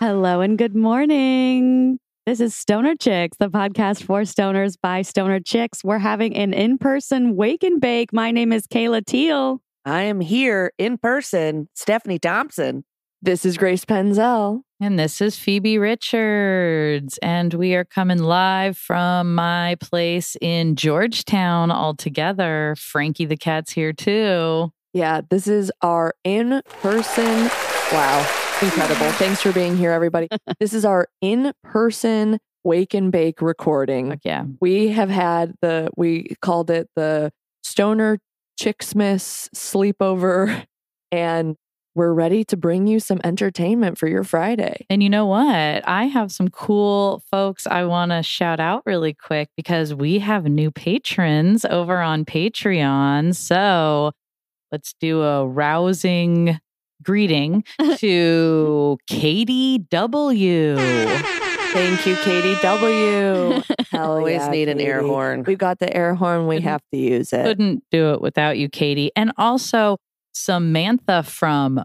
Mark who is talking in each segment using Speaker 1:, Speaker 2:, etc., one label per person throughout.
Speaker 1: Hello and good morning. This is Stoner Chicks, the podcast for stoners by Stoner Chicks. We're having an in person wake and bake. My name is Kayla Teal.
Speaker 2: I am here in person, Stephanie Thompson.
Speaker 3: This is Grace Penzel.
Speaker 4: And this is Phoebe Richards. And we are coming live from my place in Georgetown altogether. Frankie the Cat's here too.
Speaker 3: Yeah, this is our in person. Wow, incredible. Thanks for being here, everybody. this is our in person wake and bake recording.
Speaker 4: Fuck yeah.
Speaker 3: We have had the, we called it the Stoner Chicksmas Sleepover, and we're ready to bring you some entertainment for your Friday.
Speaker 4: And you know what? I have some cool folks I want to shout out really quick because we have new patrons over on Patreon. So let's do a rousing greeting to Katie W.
Speaker 3: Thank you, Katie W. Hell
Speaker 2: Always
Speaker 3: yeah,
Speaker 2: need an air
Speaker 3: Katie.
Speaker 2: horn. Mm-hmm.
Speaker 3: We've got the air horn. We have to use it.
Speaker 4: Couldn't do it without you, Katie. And also Samantha from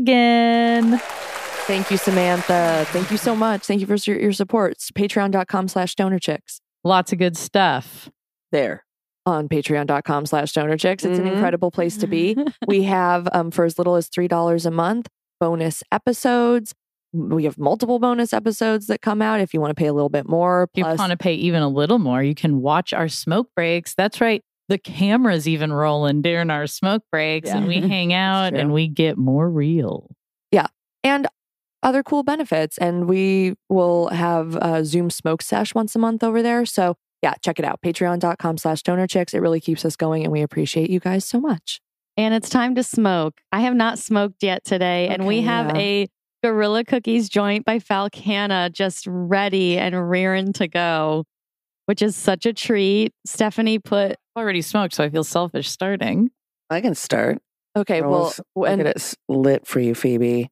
Speaker 4: Michigan.
Speaker 3: Thank you, Samantha. Thank you so much. Thank you for your, your support. It's patreon.com slash stoner chicks.
Speaker 4: Lots of good stuff.
Speaker 2: There.
Speaker 3: On patreon.com slash stoner chicks. It's
Speaker 4: Mm-hmm.
Speaker 2: Mhm.
Speaker 3: an incredible place to be. we have, um, for as little as $3 a month, bonus episodes. We have multiple bonus episodes that come out if you want to pay a little bit more.
Speaker 4: If you
Speaker 3: Plus,
Speaker 4: want to pay even a little more, you can watch our smoke breaks. That's right. The camera's even rolling during our smoke breaks, and we
Speaker 1: Yeah.
Speaker 4: hang out
Speaker 3: true.
Speaker 4: and we get more real.
Speaker 3: and other cool benefits. And we will have a Zoom smoke sesh once a month over there. So yeah, check it out. Patreon.com slash donor chicks. It really keeps us going and we appreciate you guys so much.
Speaker 1: And it's time to smoke. I have not smoked yet today, and we
Speaker 3: Okay,
Speaker 1: have
Speaker 3: yeah.
Speaker 1: a Gorilla Cookies joint by Falcana just ready and rearing to go, which is such a treat. Stephanie put
Speaker 4: I've already smoked, so I feel selfish starting.
Speaker 2: I can start.
Speaker 3: Okay, well,
Speaker 2: Girls, Look
Speaker 3: and
Speaker 2: at it s- lit for you, Phoebe.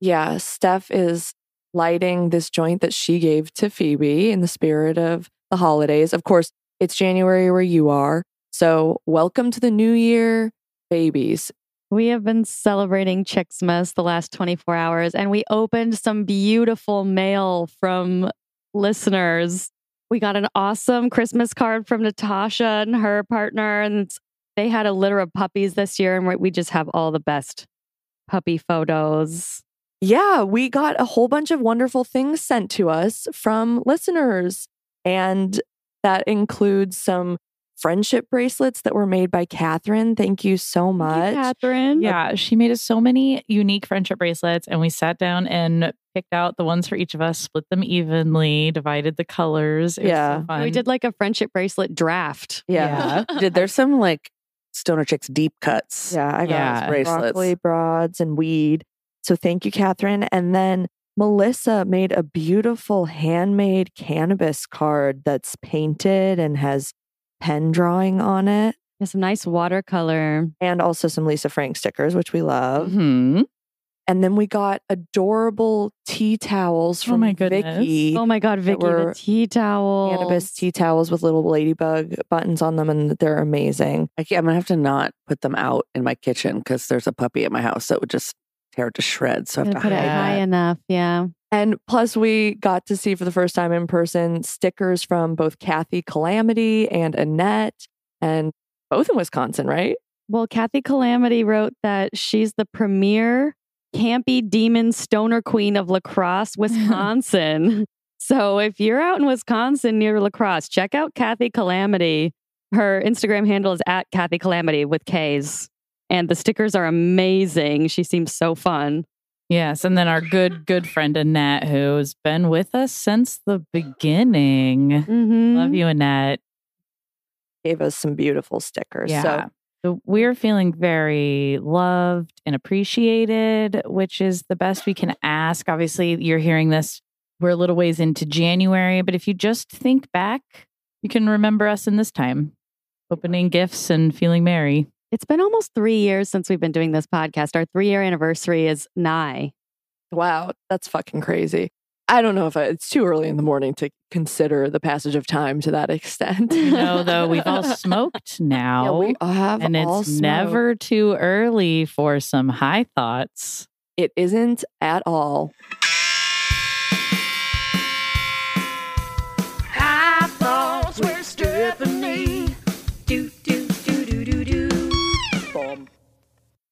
Speaker 3: yeah, Steph is lighting this joint that she gave to Phoebe in the spirit of the holidays. Of course, it's January where you are. So welcome to the new year, babies.
Speaker 1: We have been celebrating Chicksmas the last 24 hours, and we opened some beautiful mail from listeners. We got an awesome Christmas card from Natasha and her partner, and it's- they had a litter of puppies this year, and we- we just have all the best puppy photos.
Speaker 3: Yeah, we got a whole bunch of wonderful things sent to us from listeners. And that includes some friendship bracelets that were made by Catherine. Thank you so much.
Speaker 1: Thank you, Catherine.
Speaker 4: Yeah, she made us so many unique friendship bracelets, and we sat down and picked out the ones for each of us, split them evenly, divided the colors. It was so
Speaker 3: Yeah.
Speaker 4: fun.
Speaker 1: We did like a friendship bracelet draft.
Speaker 3: yeah.
Speaker 2: Did there's some like stoner chicks deep cuts?
Speaker 3: Yeah, I got
Speaker 4: Yeah.
Speaker 2: Bracelets.
Speaker 3: broccoli broads and weed. So thank you, Catherine. And then Melissa made a beautiful handmade cannabis card that's painted and has pen drawing on it,
Speaker 1: And Some nice watercolor.
Speaker 3: and also some Lisa Frank stickers, which we love.
Speaker 4: Mhm.
Speaker 3: And then we got adorable tea towels
Speaker 4: Oh
Speaker 3: from
Speaker 4: my goodness.
Speaker 3: Vicky.
Speaker 1: Oh my God, Vicky, the
Speaker 3: were
Speaker 1: tea towel.
Speaker 3: Cannabis tea towels with little ladybug buttons on them, and they're amazing.
Speaker 2: I can't, I'm gonna have to not put them out in my kitchen because there's a puppy at my house that would just tear it to shreds. So I
Speaker 1: Gonna
Speaker 2: have to
Speaker 1: put
Speaker 2: hide
Speaker 1: it
Speaker 4: Yeah.
Speaker 1: high
Speaker 2: that.
Speaker 1: enough. Yeah.
Speaker 3: And plus, we got to see for the first time in person stickers from both Kathy Calamity and Annette, and both in Wisconsin, right?
Speaker 1: Well, Kathy Calamity wrote that she's the premier campy demon stoner queen of lacrosse, Wisconsin. so if you're out in Wisconsin near lacrosse, check out Kathy Calamity. Her Instagram handle is at Kathy Calamity with K's. And the stickers are amazing. She seems so fun.
Speaker 4: Yes, and then our good good friend Annette, who's been with us since the beginning.
Speaker 1: Mm-hmm.
Speaker 4: Love you, Annette.
Speaker 3: Gave us some beautiful stickers.
Speaker 4: Yeah.
Speaker 3: So,
Speaker 4: So we're feeling very loved and appreciated, which is the best we can ask. Obviously, you're hearing this. We're a little ways into January, but if you just think back, you can remember us in this time, opening gifts and feeling merry.
Speaker 1: It's been almost three years since we've been doing this podcast. Our three year anniversary is nigh.
Speaker 3: wow, that's fucking crazy. I don't know if I, it's too early in the morning to consider the passage of time to that extent.
Speaker 4: You know, though, we've all smoked now,
Speaker 3: Yeah, we have
Speaker 4: and it's
Speaker 3: all smoked.
Speaker 4: never too early for some high thoughts.
Speaker 3: It isn't at all.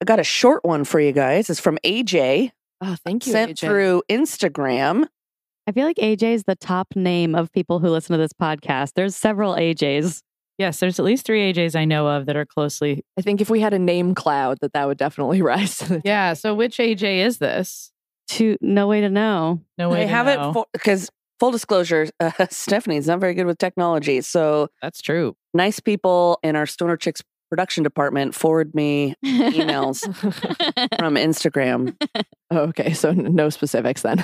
Speaker 2: got a short one for you guys. It's from AJ,
Speaker 3: Oh, thank you.
Speaker 2: sent
Speaker 3: AJ.
Speaker 2: through Instagram.
Speaker 1: I feel like AJ is the top name of people who listen to this podcast. There's several AJs.
Speaker 4: Yes, there's at least three AJs I know of that are closely.
Speaker 3: I think if we had a name cloud, that that would definitely rise. to the-
Speaker 4: Yeah. So which AJ is this?
Speaker 1: To no way to know.
Speaker 4: No way.
Speaker 2: They
Speaker 4: to
Speaker 2: have
Speaker 4: know.
Speaker 2: it because full disclosure, uh, Stephanie's not very good with technology. So
Speaker 4: That's true.
Speaker 2: nice people in our Stoner Chicks production department forward me emails from Instagram.
Speaker 3: Oh, okay, so n- no specifics then.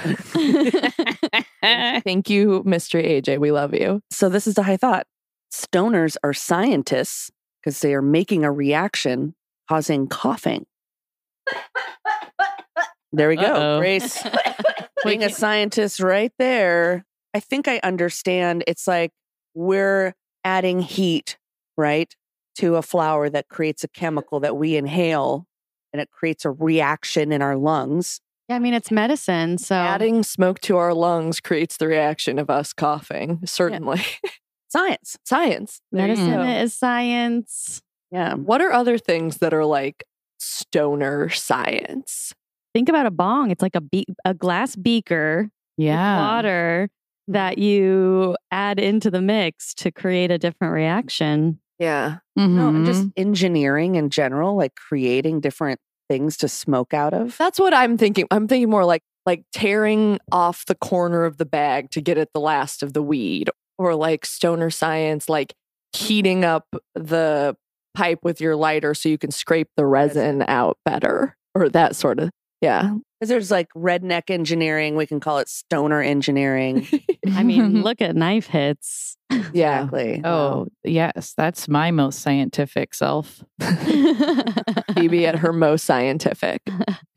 Speaker 3: thank you, Mr. AJ. We love you.
Speaker 2: So this is the high thought. Stoners are scientists because they are making a reaction causing coughing. There we go,
Speaker 4: Uh-oh.
Speaker 2: Grace. being a scientist right there. I think I understand. It's like we're adding heat, right, to a flower that creates a chemical that we inhale and it creates a reaction in our lungs.
Speaker 1: yeah, I mean it's medicine,
Speaker 3: Oh.
Speaker 1: so
Speaker 3: Adding smoke to our lungs creates the reaction of us coughing. Certainly,
Speaker 2: Science.
Speaker 3: science. There you
Speaker 1: medicine
Speaker 3: go.
Speaker 1: is science.
Speaker 2: Yeah.
Speaker 3: What are other things that are like stoner science?
Speaker 1: Think about a bong. It's like a be- a glass beaker with
Speaker 4: Yeah.
Speaker 1: water that you add into the mix to create a different reaction.
Speaker 3: Yeah.
Speaker 2: No, and just
Speaker 4: Mhm.
Speaker 2: engineering in general, like creating different things to smoke out of.
Speaker 3: That's what I'm thinking. I'm thinking more like like tearing off the corner of the bag to get at the last of the weed or like stoner science like heating up the pipe with your lighter so you can scrape the resin out better or that sort of yeah.
Speaker 2: Because there's like redneck engineering, we can call it stoner engineering.
Speaker 1: I mean, look at knife hits.
Speaker 3: yeah.
Speaker 2: Exactly.
Speaker 4: Oh, yes. That's my most scientific self.
Speaker 3: Phoebe at her most scientific.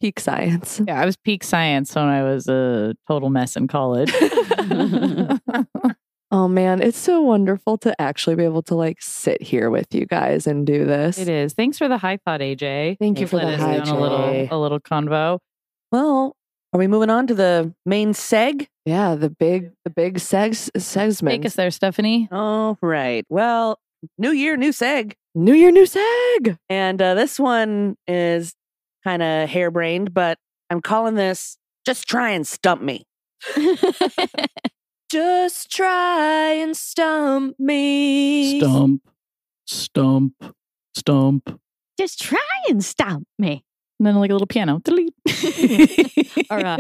Speaker 3: Peak science.
Speaker 4: Yeah. I was peak science when I was a total mess in college.
Speaker 3: Oh man, it's so wonderful to actually be able to like sit here with you guys and do this.
Speaker 4: it is. Thanks for the high thought, AJ.
Speaker 3: Thank you for
Speaker 4: Let
Speaker 3: the
Speaker 4: us
Speaker 3: high
Speaker 4: down a little,
Speaker 2: AJ.
Speaker 4: a little convo.
Speaker 2: Well, are we moving on to the main seg?
Speaker 3: Yeah, the big the big segs segment.
Speaker 4: Take us there, Stephanie.
Speaker 2: All right. Well, new year, new seg.
Speaker 3: New Year, new seg.
Speaker 2: And uh, this one is kind of harebrained, but I'm calling this just try and stump me.
Speaker 3: Just try and stump me.
Speaker 4: stump, stump.
Speaker 1: Just try and stop me.
Speaker 4: And then like a little piano.
Speaker 1: Or a,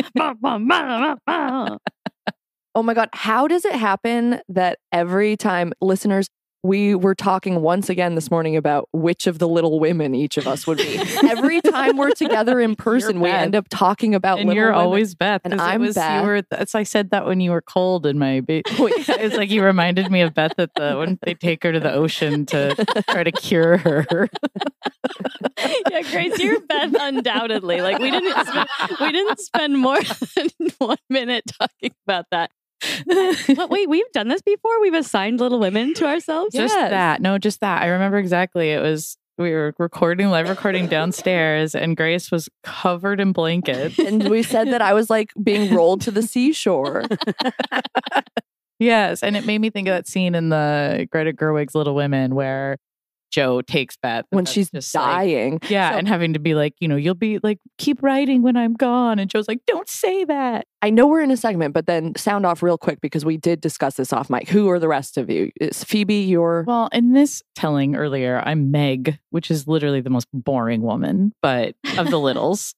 Speaker 3: Oh my God. How does it happen that every time listeners, we were talking once again this morning about which of the little women each of us would be. every time we're together in person, we
Speaker 2: Beth.
Speaker 3: end up talking about
Speaker 4: and
Speaker 3: little
Speaker 4: you're
Speaker 3: women.
Speaker 4: always Beth.
Speaker 3: And
Speaker 4: 'cause
Speaker 3: I'm
Speaker 4: it was,
Speaker 3: Beth.
Speaker 4: You were, that's, I said that when you were cold in my. Ba- it's like you reminded me of Beth at the when they take her to the ocean to try to cure her.
Speaker 1: yeah, Grace, you're Beth undoubtedly. Like we didn't spend, we didn't spend more than one minute talking about that. What, wait, we've done this before. We've assigned Little Women to ourselves.
Speaker 4: just
Speaker 3: Yes.
Speaker 4: that no just that i remember exactly it was we were recording live recording downstairs and grace was covered in blankets
Speaker 3: and we said that I was like being rolled to the seashore.
Speaker 4: yes and it made me think of that scene in the greta gerwig's little women where joe takes beth and
Speaker 3: when
Speaker 4: Beth's
Speaker 3: she's
Speaker 4: like-
Speaker 3: dying.
Speaker 4: yeah
Speaker 3: So-
Speaker 4: and having to be like you know you'll be like keep writing when i'm gone and joe's like don't say that
Speaker 3: I know we're in a segment, but then sound off real quick because we did discuss this off mic. Who are the rest of you? Is Phoebe your
Speaker 4: well in this telling earlier i'm meg which is literally the most boring woman but of the littles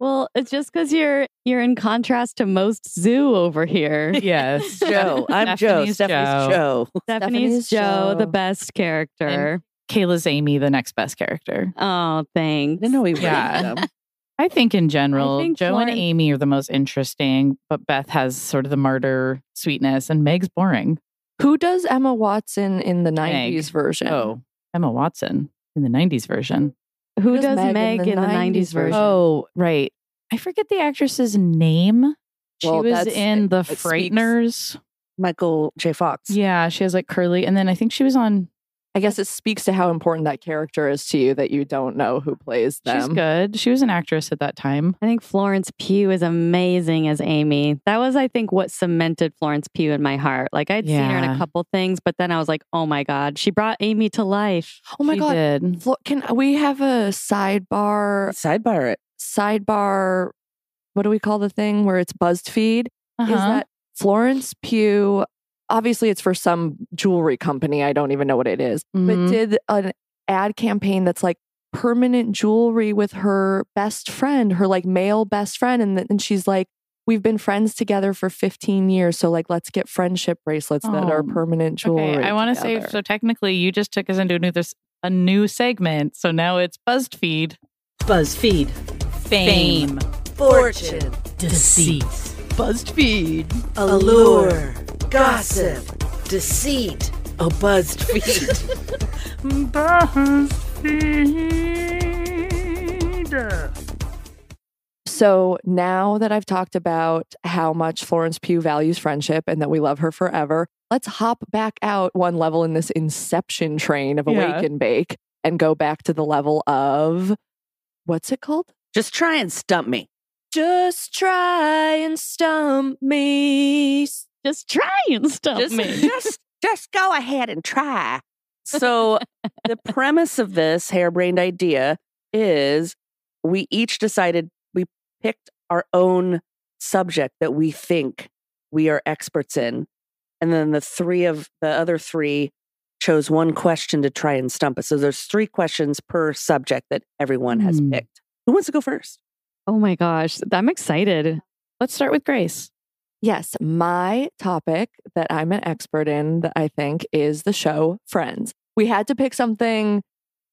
Speaker 1: Well, it's just because you're you're in contrast to most zoo over here.
Speaker 4: yes
Speaker 2: Joe. I'm Joe.
Speaker 4: Stephanie's
Speaker 2: Stephanie's Joe.
Speaker 1: Stephanie's
Speaker 3: Stephanie's
Speaker 1: Joe,
Speaker 3: Joe.
Speaker 1: the best character.
Speaker 4: Kayla's Amy the next best character.
Speaker 1: oh,
Speaker 2: I
Speaker 1: thanks.
Speaker 2: didn't know we were
Speaker 4: Yeah. I think in general,
Speaker 1: I think
Speaker 4: Joe
Speaker 1: Lauren-
Speaker 4: and Amy are the most interesting, but Beth has sort of the martyr sweetness and Meg's boring.
Speaker 3: who does Emma Watson in the nineties version?
Speaker 4: Oh, Emma Watson in the 90s version.
Speaker 1: Who
Speaker 3: Who
Speaker 1: does Meg, in the 90s version?
Speaker 4: Oh, right. I forget the actress's name. She
Speaker 3: Well,
Speaker 4: was
Speaker 3: that's-
Speaker 4: in The
Speaker 3: speaks-
Speaker 4: Frighteners.
Speaker 2: Michael J. Fox.
Speaker 4: Yeah, she has like curly. And then I think she was on
Speaker 3: I guess it speaks to how important that character is to you that you don't know who plays them.
Speaker 4: She's good. She was an actress at that time.
Speaker 1: I think Florence Pugh is amazing as Amy. That was, I think, what cemented Florence Pugh in my heart. Like I'd seen her in
Speaker 4: Yeah.
Speaker 1: a couple things, but then I was like, oh my God, she brought Amy to life.
Speaker 3: Oh my
Speaker 4: She
Speaker 3: god.
Speaker 4: did.
Speaker 3: Flo- can we have a sidebar
Speaker 2: Sidebar it.
Speaker 3: sidebar what do we call the thing where it's BuzzFeed?
Speaker 4: Uh-huh.
Speaker 3: Is that Florence Pugh obviously it's for some jewelry company, I don't even know what it is,
Speaker 4: Mhm.
Speaker 3: but did an ad campaign that's like permanent jewelry with her best friend, her like male best friend and th- and she's like We've been friends together for 15 years, so like let's get friendship bracelets that are
Speaker 4: Oh,
Speaker 3: permanent jewelry.
Speaker 4: Okay, I want to say
Speaker 3: together."
Speaker 4: so. Technically, you just took us into a new, this, a new segment, so now it's BuzzFeed
Speaker 5: BuzzFeed.
Speaker 4: Fame.
Speaker 5: Fortune. Deceit.
Speaker 4: BuzzFeed.
Speaker 5: Allure. Gossip. Deceit. A BuzzFeed.
Speaker 3: So now that I've talked about how much Florence Pugh values friendship and that we love her forever, let's hop back out one level in this inception train of
Speaker 4: Yeah.
Speaker 3: Awake and Bake and go back to the level of what's it called?
Speaker 2: Just try and stump me.
Speaker 3: Just try and stump me.
Speaker 1: Just try and stuff
Speaker 4: Just-
Speaker 1: me.
Speaker 2: just just go ahead and try. So the premise of this harebrained idea is we each decided we picked our own subject that we think we are experts in. And then the three of the other three chose one question to try and stump us. So there's three questions per subject that everyone has
Speaker 4: Hmm.
Speaker 2: picked. Who wants to go first?
Speaker 1: Oh my gosh, I'm excited.
Speaker 4: Let's start with Grace.
Speaker 3: Yes, my topic that I'm an expert in that I think is the show Friends. We had to pick something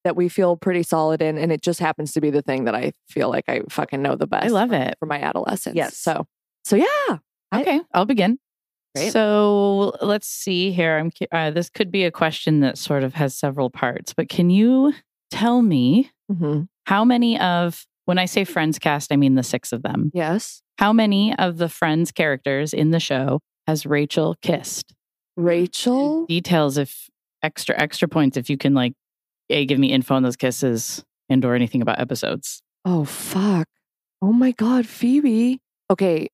Speaker 3: that we feel pretty solid in, and it just happens to be the thing that I feel like I fucking know the best.
Speaker 4: I love it.
Speaker 3: for my adolescence.
Speaker 2: Yes.
Speaker 3: So, so yeah, I-
Speaker 4: Okay, I'll begin.
Speaker 3: Great.
Speaker 4: So let's see here. I'm cu- uh, this could be a question that sort of has several parts, but can you tell me
Speaker 3: Mhm.
Speaker 4: how many of when I say Friends cast, I mean the six of them.
Speaker 3: yes,
Speaker 4: How many of the Friends characters in the show has Rachel kissed?
Speaker 3: Rachel.
Speaker 4: Details if extra extra points if you can like a give me info on those kisses and or anything about episodes.
Speaker 3: Oh fuck! Oh my god, Phoebe. Okay,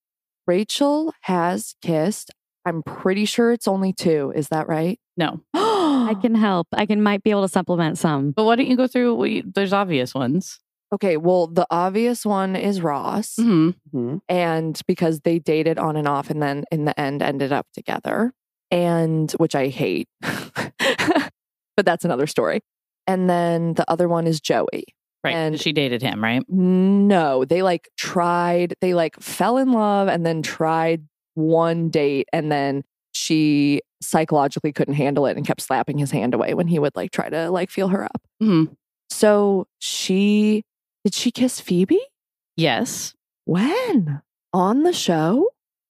Speaker 3: Rachel has kissed. I'm pretty sure it's only two. Is that right?
Speaker 4: No,
Speaker 1: I
Speaker 3: I
Speaker 1: can help. I can might be able to supplement some.
Speaker 4: but why don't you go through? What you, there's obvious ones.
Speaker 3: Okay, well, the obvious one is Ross.
Speaker 4: Mm-hmm.
Speaker 2: Mhm.
Speaker 3: and because they dated on and off and then in the end ended up together and which i hate but that's another story and then the other one is joey
Speaker 4: Right,
Speaker 3: And-
Speaker 4: and she dated him. Right.
Speaker 3: no they like tried they like fell in love and then tried one date and then she psychologically couldn't handle it and kept slapping his hand away when he would like try to like feel her up
Speaker 4: Mm-hmm.
Speaker 3: so she did she kiss phoebe
Speaker 4: Yes.
Speaker 3: When? On the show?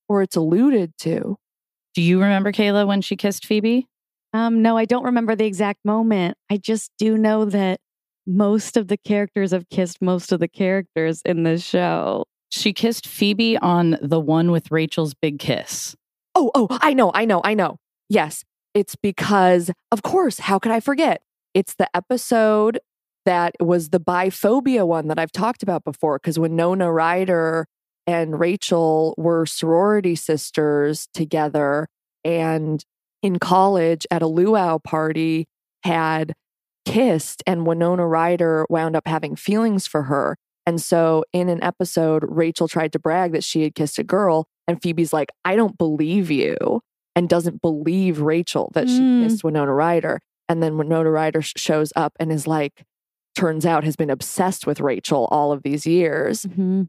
Speaker 3: Or it's alluded to?
Speaker 4: Do you remember Kayla when she kissed Phoebe?
Speaker 1: Um, no, I don't remember the exact moment. I just do know that most of the characters have kissed most of the characters in the show.
Speaker 4: She kissed Phoebe on the one with Rachel's big kiss.
Speaker 3: Oh, oh, I know, I know, I know. Yes, it's because, of course, how could I forget? It's the episode that was the biphobia one that I've talked about before because when Nona Ryder and Rachel were sorority sisters together and in college at a luau party had kissed and Winona Ryder wound up having feelings for her. And so in an episode, Rachel tried to brag that she had kissed a girl, and Phoebe's like, I don't believe you, and doesn't believe Rachel that she
Speaker 1: Mm.
Speaker 3: kissed Winona Ryder. And then Winona Ryder sh- shows up and is like, turns out has been obsessed with Rachel all of these years.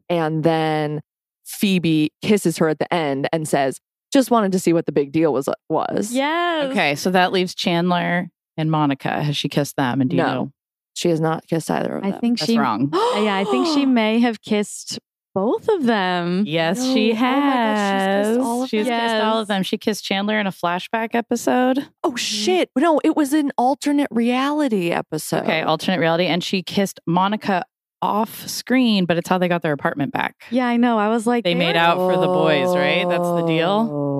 Speaker 3: And then Phoebe kisses her at the end and says, just wanted to see what the big deal was was.
Speaker 1: Yes.
Speaker 4: Okay, so that leaves Chandler and Monica. Has she kissed them? And do you
Speaker 3: No.
Speaker 4: know?
Speaker 3: She has not kissed either of
Speaker 1: I
Speaker 3: them. Oh,
Speaker 1: think
Speaker 4: That's
Speaker 1: she.
Speaker 4: wrong.
Speaker 1: Uh, yeah, I think she may have kissed both of them.
Speaker 4: Yes,
Speaker 3: No.
Speaker 4: she
Speaker 3: Oh my gosh,
Speaker 4: has.
Speaker 3: she's kissed all of
Speaker 4: She's
Speaker 1: them?
Speaker 4: kissed all of
Speaker 1: Yes.
Speaker 4: them. She kissed Chandler in a flashback episode.
Speaker 3: Oh shit! No, it was an alternate reality episode.
Speaker 4: Okay, alternate reality. And she kissed Monica off screen, but it's how they got their apartment back.
Speaker 1: Yeah, I know. I was like,
Speaker 4: They made
Speaker 1: were-
Speaker 4: out for the boys, right? That's the deal.
Speaker 3: Oh.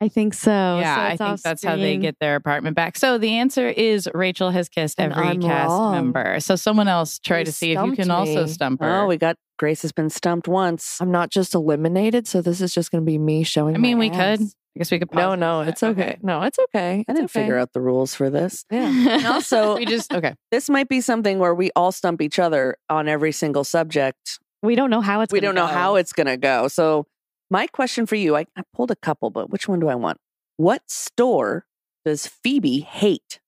Speaker 1: I think so.
Speaker 4: yeah,
Speaker 1: So
Speaker 4: I
Speaker 1: it's
Speaker 4: think
Speaker 1: off
Speaker 4: that's how they
Speaker 1: stream.
Speaker 4: get their apartment back. So the answer is Rachel has kissed
Speaker 3: And
Speaker 4: every
Speaker 3: I'm
Speaker 4: cast
Speaker 3: wrong.
Speaker 4: member. So someone else try
Speaker 3: You
Speaker 4: to see if you
Speaker 3: stumped
Speaker 4: can also
Speaker 3: me.
Speaker 4: stump her.
Speaker 2: Oh, we got Grace has been stumped once.
Speaker 3: I'm not just eliminated, so this is just going to be me showing.
Speaker 4: I mean,
Speaker 3: my
Speaker 4: we
Speaker 3: ass.
Speaker 4: could. I guess we could.
Speaker 3: No,
Speaker 4: pause
Speaker 3: no,
Speaker 4: it.
Speaker 3: it's okay. No, it's okay.
Speaker 2: I didn't figure out the rules for this.
Speaker 3: Yeah.
Speaker 2: And also,
Speaker 4: we just okay.
Speaker 2: this might be something where we all stump each other on every single subject.
Speaker 1: we don't know how it's.
Speaker 2: we
Speaker 1: gonna
Speaker 2: don't know
Speaker 1: go.
Speaker 2: how it's going to go. So, my question for you I, I pulled a couple, but which one do I want? What store does Phoebe hate?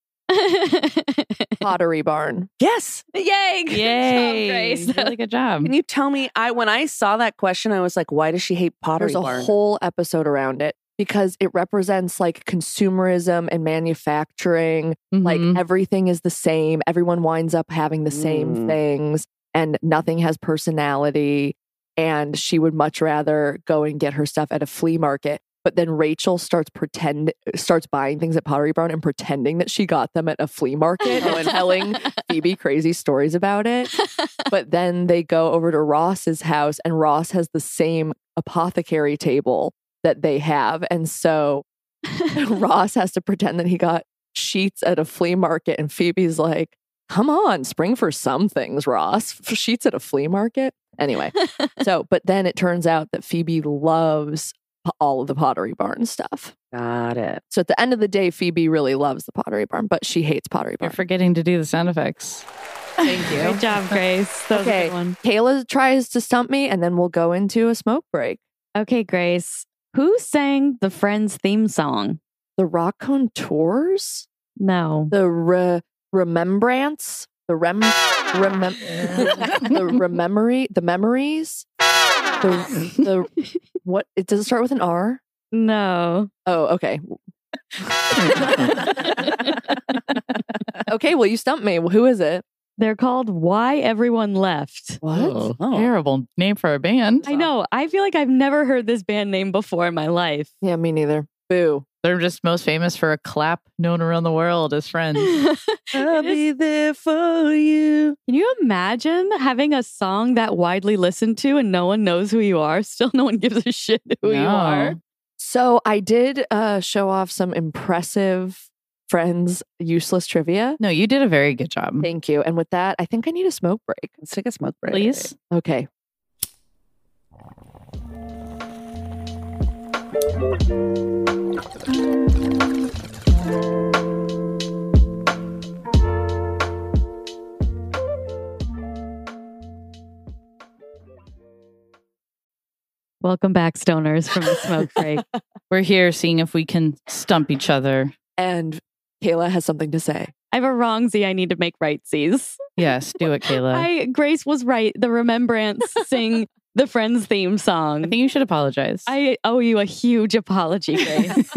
Speaker 3: Pottery Barn.
Speaker 2: Yes.
Speaker 1: Yay! Good
Speaker 4: Yay!
Speaker 1: job, Grace.
Speaker 4: Really good job.
Speaker 2: Can you tell me? I when I saw that question, I was like, why does she hate Pottery
Speaker 3: There's a
Speaker 2: Barn?
Speaker 3: whole episode around it because it represents like consumerism and manufacturing.
Speaker 4: Mhm.
Speaker 2: Mm-hmm.
Speaker 3: Like everything is the same. Everyone winds up having the same
Speaker 2: Mm.
Speaker 3: things and nothing has personality. And she would much rather go and get her stuff at a flea market. But then Rachel starts pretend starts buying things at Pottery Barn and pretending that she got them at a flea market and telling Phoebe crazy stories about it. But then they go over to Ross's house, and Ross has the same apothecary table that they have. And so Ross has to pretend that he got sheets at a flea market. And Phoebe's like, come on, spring for some things, Ross. For sheets at a flea market? Anyway. so, but then it turns out that Phoebe loves po- all of the Pottery Barn stuff.
Speaker 2: Got it.
Speaker 3: So at the end of the day, Phoebe really loves the Pottery Barn, but she hates Pottery
Speaker 4: You're
Speaker 3: Barn.
Speaker 4: forgetting to do the sound effects.
Speaker 3: Thank you.
Speaker 1: Good job, Grace. That was a
Speaker 3: Okay.
Speaker 1: good one.
Speaker 3: Kayla tries to stump me, and then we'll go into a smoke break.
Speaker 1: Okay, Grace. Who sang the Friends theme song?
Speaker 3: The Rock Contours,
Speaker 1: No.
Speaker 3: the re- Remembrance, the Rem, remem- the Rememory, the Memories, the the what? It does it start with an R?
Speaker 1: No.
Speaker 3: Oh, okay, okay. Well, you stumped me. Well, who is it?
Speaker 1: They're called Why Everyone Left.
Speaker 3: What?
Speaker 4: Oh,
Speaker 2: Oh.
Speaker 4: Terrible name for a band.
Speaker 1: I know. I feel like I've never heard this band name before in my life.
Speaker 3: Yeah, me neither. Boo.
Speaker 4: They're just most famous for a clap known around the world as friends.
Speaker 2: I'll
Speaker 1: It is-
Speaker 2: be there for you.
Speaker 1: Can you imagine having a song that widely listened to and no one knows who you are? Still, no one gives a shit who you
Speaker 4: No.
Speaker 1: are.
Speaker 3: So I did uh, show off some impressive friends useless trivia.
Speaker 4: No, you did a very good job.
Speaker 3: Thank you. And with that, I think I need a smoke break.
Speaker 2: Let's take a smoke break.
Speaker 4: Please.
Speaker 3: Okay.
Speaker 1: Welcome back, stoners, from the smoke break.
Speaker 4: We're here seeing if we can stump each other.
Speaker 3: And Kayla has something to say.
Speaker 1: I have a wrongsy I need to make rightsies.
Speaker 4: Yes, do it,
Speaker 1: Uh.
Speaker 4: Kayla. I,
Speaker 1: I Grace was right. The Remembrance sing the Friends theme song.
Speaker 4: think you should apologize.
Speaker 1: I owe you a huge apology, Grace,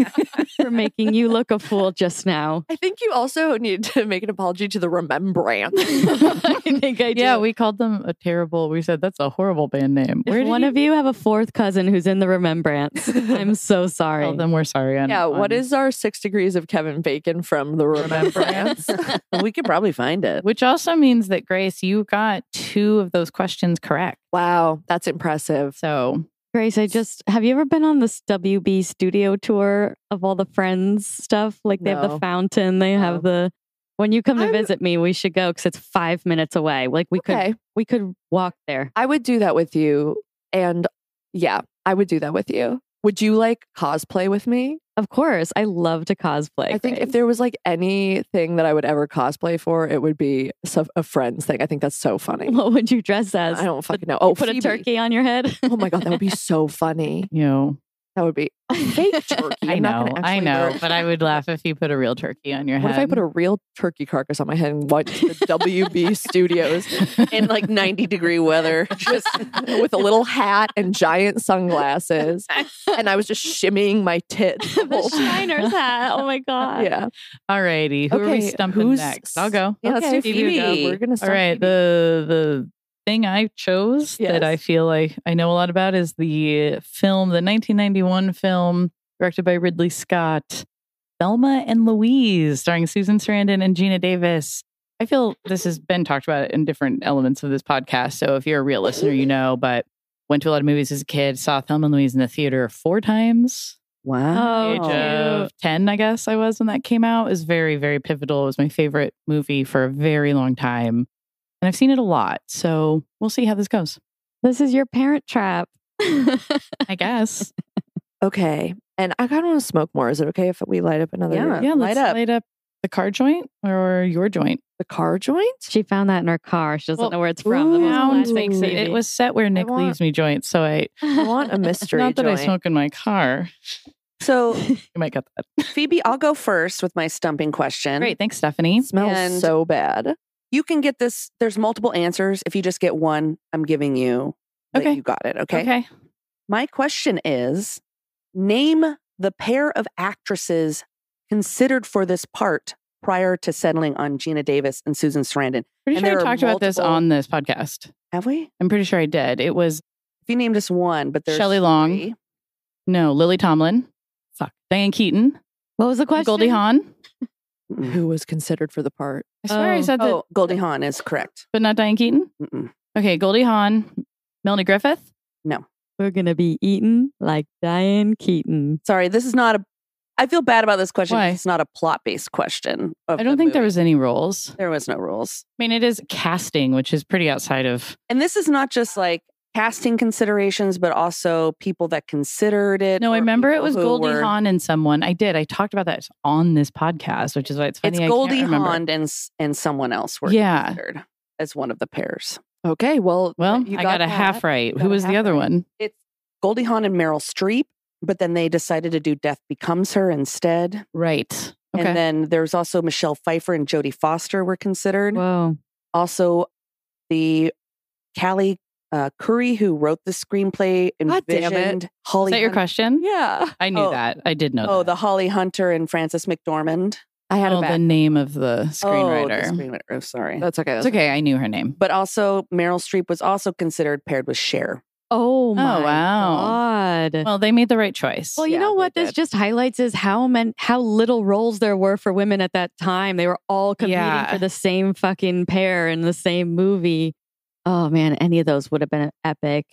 Speaker 1: for making you look a fool just now.
Speaker 3: I think you also need to make an apology to the remembrance.
Speaker 1: I think I do.
Speaker 4: yeah, we called them a terrible. We said that's a horrible band name.
Speaker 1: if
Speaker 4: Where did
Speaker 1: one
Speaker 4: you
Speaker 1: of you have a fourth cousin who's in the Remembrance, I'm so sorry.
Speaker 4: tell them we're sorry? On,
Speaker 3: yeah, what
Speaker 4: on-
Speaker 3: is our six degrees of Kevin Bacon from the remembrance?
Speaker 2: Well, we could probably find it.
Speaker 4: Which also means that Grace, you got two of those questions correct.
Speaker 3: wow, that's impressive.
Speaker 4: So
Speaker 1: Grace, I just have you ever been on this WB studio tour of all the Friends stuff? Like they have the
Speaker 3: No.
Speaker 1: fountain, they have the. When you come to
Speaker 3: I'm-
Speaker 1: visit me, we should go because it's five minutes away. Like we could,
Speaker 3: Okay.
Speaker 1: we could walk there.
Speaker 3: I would do that with you. And yeah, I would do that with you. Would you like cosplay with me?
Speaker 1: Of course, I love to cosplay.
Speaker 3: I think if
Speaker 1: Grace.
Speaker 3: there was like anything that I would ever cosplay for, it would be so- a friend's thing. I think that's so funny.
Speaker 1: what would you dress as?
Speaker 3: I don't fucking know. Oh,
Speaker 1: Put
Speaker 3: Phoebe.
Speaker 1: a turkey on your head.
Speaker 3: Oh my god, that would be so funny.
Speaker 4: you know,
Speaker 3: That would be a fake turkey.
Speaker 4: I
Speaker 3: I'm not
Speaker 4: know,
Speaker 3: gonna
Speaker 4: I
Speaker 3: actually
Speaker 4: know,
Speaker 3: wear-
Speaker 4: but I would laugh if you put a real turkey on your
Speaker 3: What
Speaker 4: head.
Speaker 3: if I put a real turkey carcass on my head and watch the WB Studios
Speaker 2: In like 90 degree weather. Just
Speaker 3: with a little hat and giant sunglasses? And I was just shimmying my tits. the whole
Speaker 1: the
Speaker 3: time.
Speaker 1: Shiner's hat. Oh my god.
Speaker 3: Yeah.
Speaker 4: Alrighty, who are we
Speaker 3: Okay,
Speaker 4: stumping
Speaker 3: who's-
Speaker 4: next? I'll go.
Speaker 3: yeah let's do
Speaker 2: Okay,
Speaker 3: Phoebe.
Speaker 2: Phoebe.
Speaker 3: We're gonna
Speaker 4: All
Speaker 3: start
Speaker 4: right,
Speaker 3: Phoebe.
Speaker 4: the the thing I chose that I
Speaker 3: Yes.
Speaker 4: feel like I know a lot about is the film, the 1991 film directed by Ridley Scott, Thelma and Louise, starring Susan Sarandon and Gina Davis. I feel this has been talked about in different elements of this podcast. So if you're a real listener, you know, but went to a lot of movies as a kid, saw Thelma and Louise in the theater four times.
Speaker 2: Wow.
Speaker 1: Oh,
Speaker 4: age of 10 i guess i was when that came out it was very very pivotal it was my favorite movie for a very long time and i've seen it a lot so we'll see how this goes
Speaker 1: this is your parent trap.
Speaker 4: i guess
Speaker 3: Okay. And I kind of want to smoke more. Is it okay if we light up another?
Speaker 2: Yeah.
Speaker 4: yeah
Speaker 2: Light
Speaker 4: let's
Speaker 2: up.
Speaker 4: light up the car joint or your joint
Speaker 3: The car joint?
Speaker 1: she found that in her car. She doesn't
Speaker 4: Well,
Speaker 1: know where it's from. That was
Speaker 3: Ooh.
Speaker 1: the last
Speaker 4: Sound
Speaker 3: Ooh.
Speaker 4: makes it, it
Speaker 1: movie.
Speaker 4: was set where nick
Speaker 3: want-
Speaker 4: leaves me joint so i
Speaker 3: I want a mystery
Speaker 4: not that i
Speaker 3: joint.
Speaker 4: smoke in my car
Speaker 2: So,
Speaker 4: you might cut that
Speaker 2: Phoebe, I'll go first with my stumping question.
Speaker 4: great thanks stephanie
Speaker 3: It smells
Speaker 2: And-
Speaker 3: so bad.
Speaker 2: You can get this. There's multiple answers. If you just get one, I'm giving you that
Speaker 4: Okay.
Speaker 2: you got it. Okay? My question is name the pair of actresses considered for this part prior to settling on Gina Davis and Susan Sarandon.
Speaker 4: pretty
Speaker 2: And
Speaker 4: sure
Speaker 2: there
Speaker 4: i
Speaker 2: are
Speaker 4: talked about this
Speaker 2: multiple-
Speaker 4: on this podcast
Speaker 2: Have we? If
Speaker 4: i'm pretty sure i did it was
Speaker 2: you named us one, but there's
Speaker 4: Shelley Long.
Speaker 2: three.
Speaker 4: no lily tomlin fuck diane keaton
Speaker 1: what was the question?
Speaker 4: goldie hawn
Speaker 2: Hmm.
Speaker 3: Who was considered for the part?
Speaker 4: i swear i
Speaker 1: Oh.
Speaker 4: said that
Speaker 2: Oh, Goldie Hawn is correct.
Speaker 4: but not diane keaton
Speaker 2: Mm-mm.
Speaker 4: Okay, Goldie Hawn, Melanie Griffith.
Speaker 1: We're gonna be eaten like Diane Keaton.
Speaker 2: Sorry, this is not a. I feel bad about this question. 'cause
Speaker 4: Why?
Speaker 2: It's not a plot based question. of
Speaker 4: I don't
Speaker 2: the
Speaker 4: think there
Speaker 2: movie.
Speaker 4: was any roles. I
Speaker 2: There was no rules.
Speaker 4: mean, it is casting, which is pretty outside of.
Speaker 2: And this is not just like casting considerations, but also people that considered it.
Speaker 4: No, I
Speaker 2: or
Speaker 4: remember it
Speaker 2: people
Speaker 4: was
Speaker 2: who
Speaker 4: Goldie
Speaker 2: were-
Speaker 4: Hawn and someone. I did. I talked about that on this podcast, which is why it's funny.
Speaker 2: It's
Speaker 4: I can't
Speaker 2: Goldie
Speaker 4: remember.
Speaker 2: Hawn and s- and someone else were
Speaker 4: Yeah.
Speaker 2: considered as one of the pairs.
Speaker 3: Okay. Well,
Speaker 4: Well,
Speaker 3: you
Speaker 4: I got, a
Speaker 3: that.
Speaker 4: half right.
Speaker 3: You
Speaker 4: Who
Speaker 3: got a
Speaker 4: was the
Speaker 3: half
Speaker 4: other
Speaker 3: right.
Speaker 4: one?
Speaker 2: It's Goldie Hawn and Meryl Streep, but then they decided to do Death Becomes Her instead.
Speaker 4: Right. Okay.
Speaker 2: And then there's also Michelle Pfeiffer and Jodie Foster were considered.
Speaker 1: Whoa.
Speaker 2: Also, the Callie uh, Curry who wrote the screenplay
Speaker 3: God damn it.
Speaker 2: envisioned
Speaker 4: is
Speaker 2: Holly.
Speaker 4: that your
Speaker 2: Hunt-
Speaker 4: question?
Speaker 3: Yeah.
Speaker 4: I knew
Speaker 2: Oh.
Speaker 4: that. I did know.
Speaker 2: Oh,
Speaker 4: that.
Speaker 2: the Holly Hunter and Frances McDormand
Speaker 3: I had
Speaker 4: oh,
Speaker 3: a
Speaker 4: the
Speaker 3: bad.
Speaker 4: name of the
Speaker 2: Oh,
Speaker 4: screenwriter.
Speaker 2: the screenwriter. Oh, sorry.
Speaker 3: That's okay.
Speaker 4: it's okay. I knew her name.
Speaker 2: but also, Meryl Streep was also considered paired with Cher.
Speaker 1: Oh my
Speaker 4: wow.
Speaker 1: god. Well,
Speaker 4: Well, they made the right choice.
Speaker 1: you
Speaker 2: yeah,
Speaker 1: know
Speaker 2: they
Speaker 1: what this
Speaker 2: did.
Speaker 1: just highlights is how men how little roles there were for women at that time. They were all competing
Speaker 4: Yeah.
Speaker 1: for the same fucking pair in the same movie. Oh man, any of those would have been epic.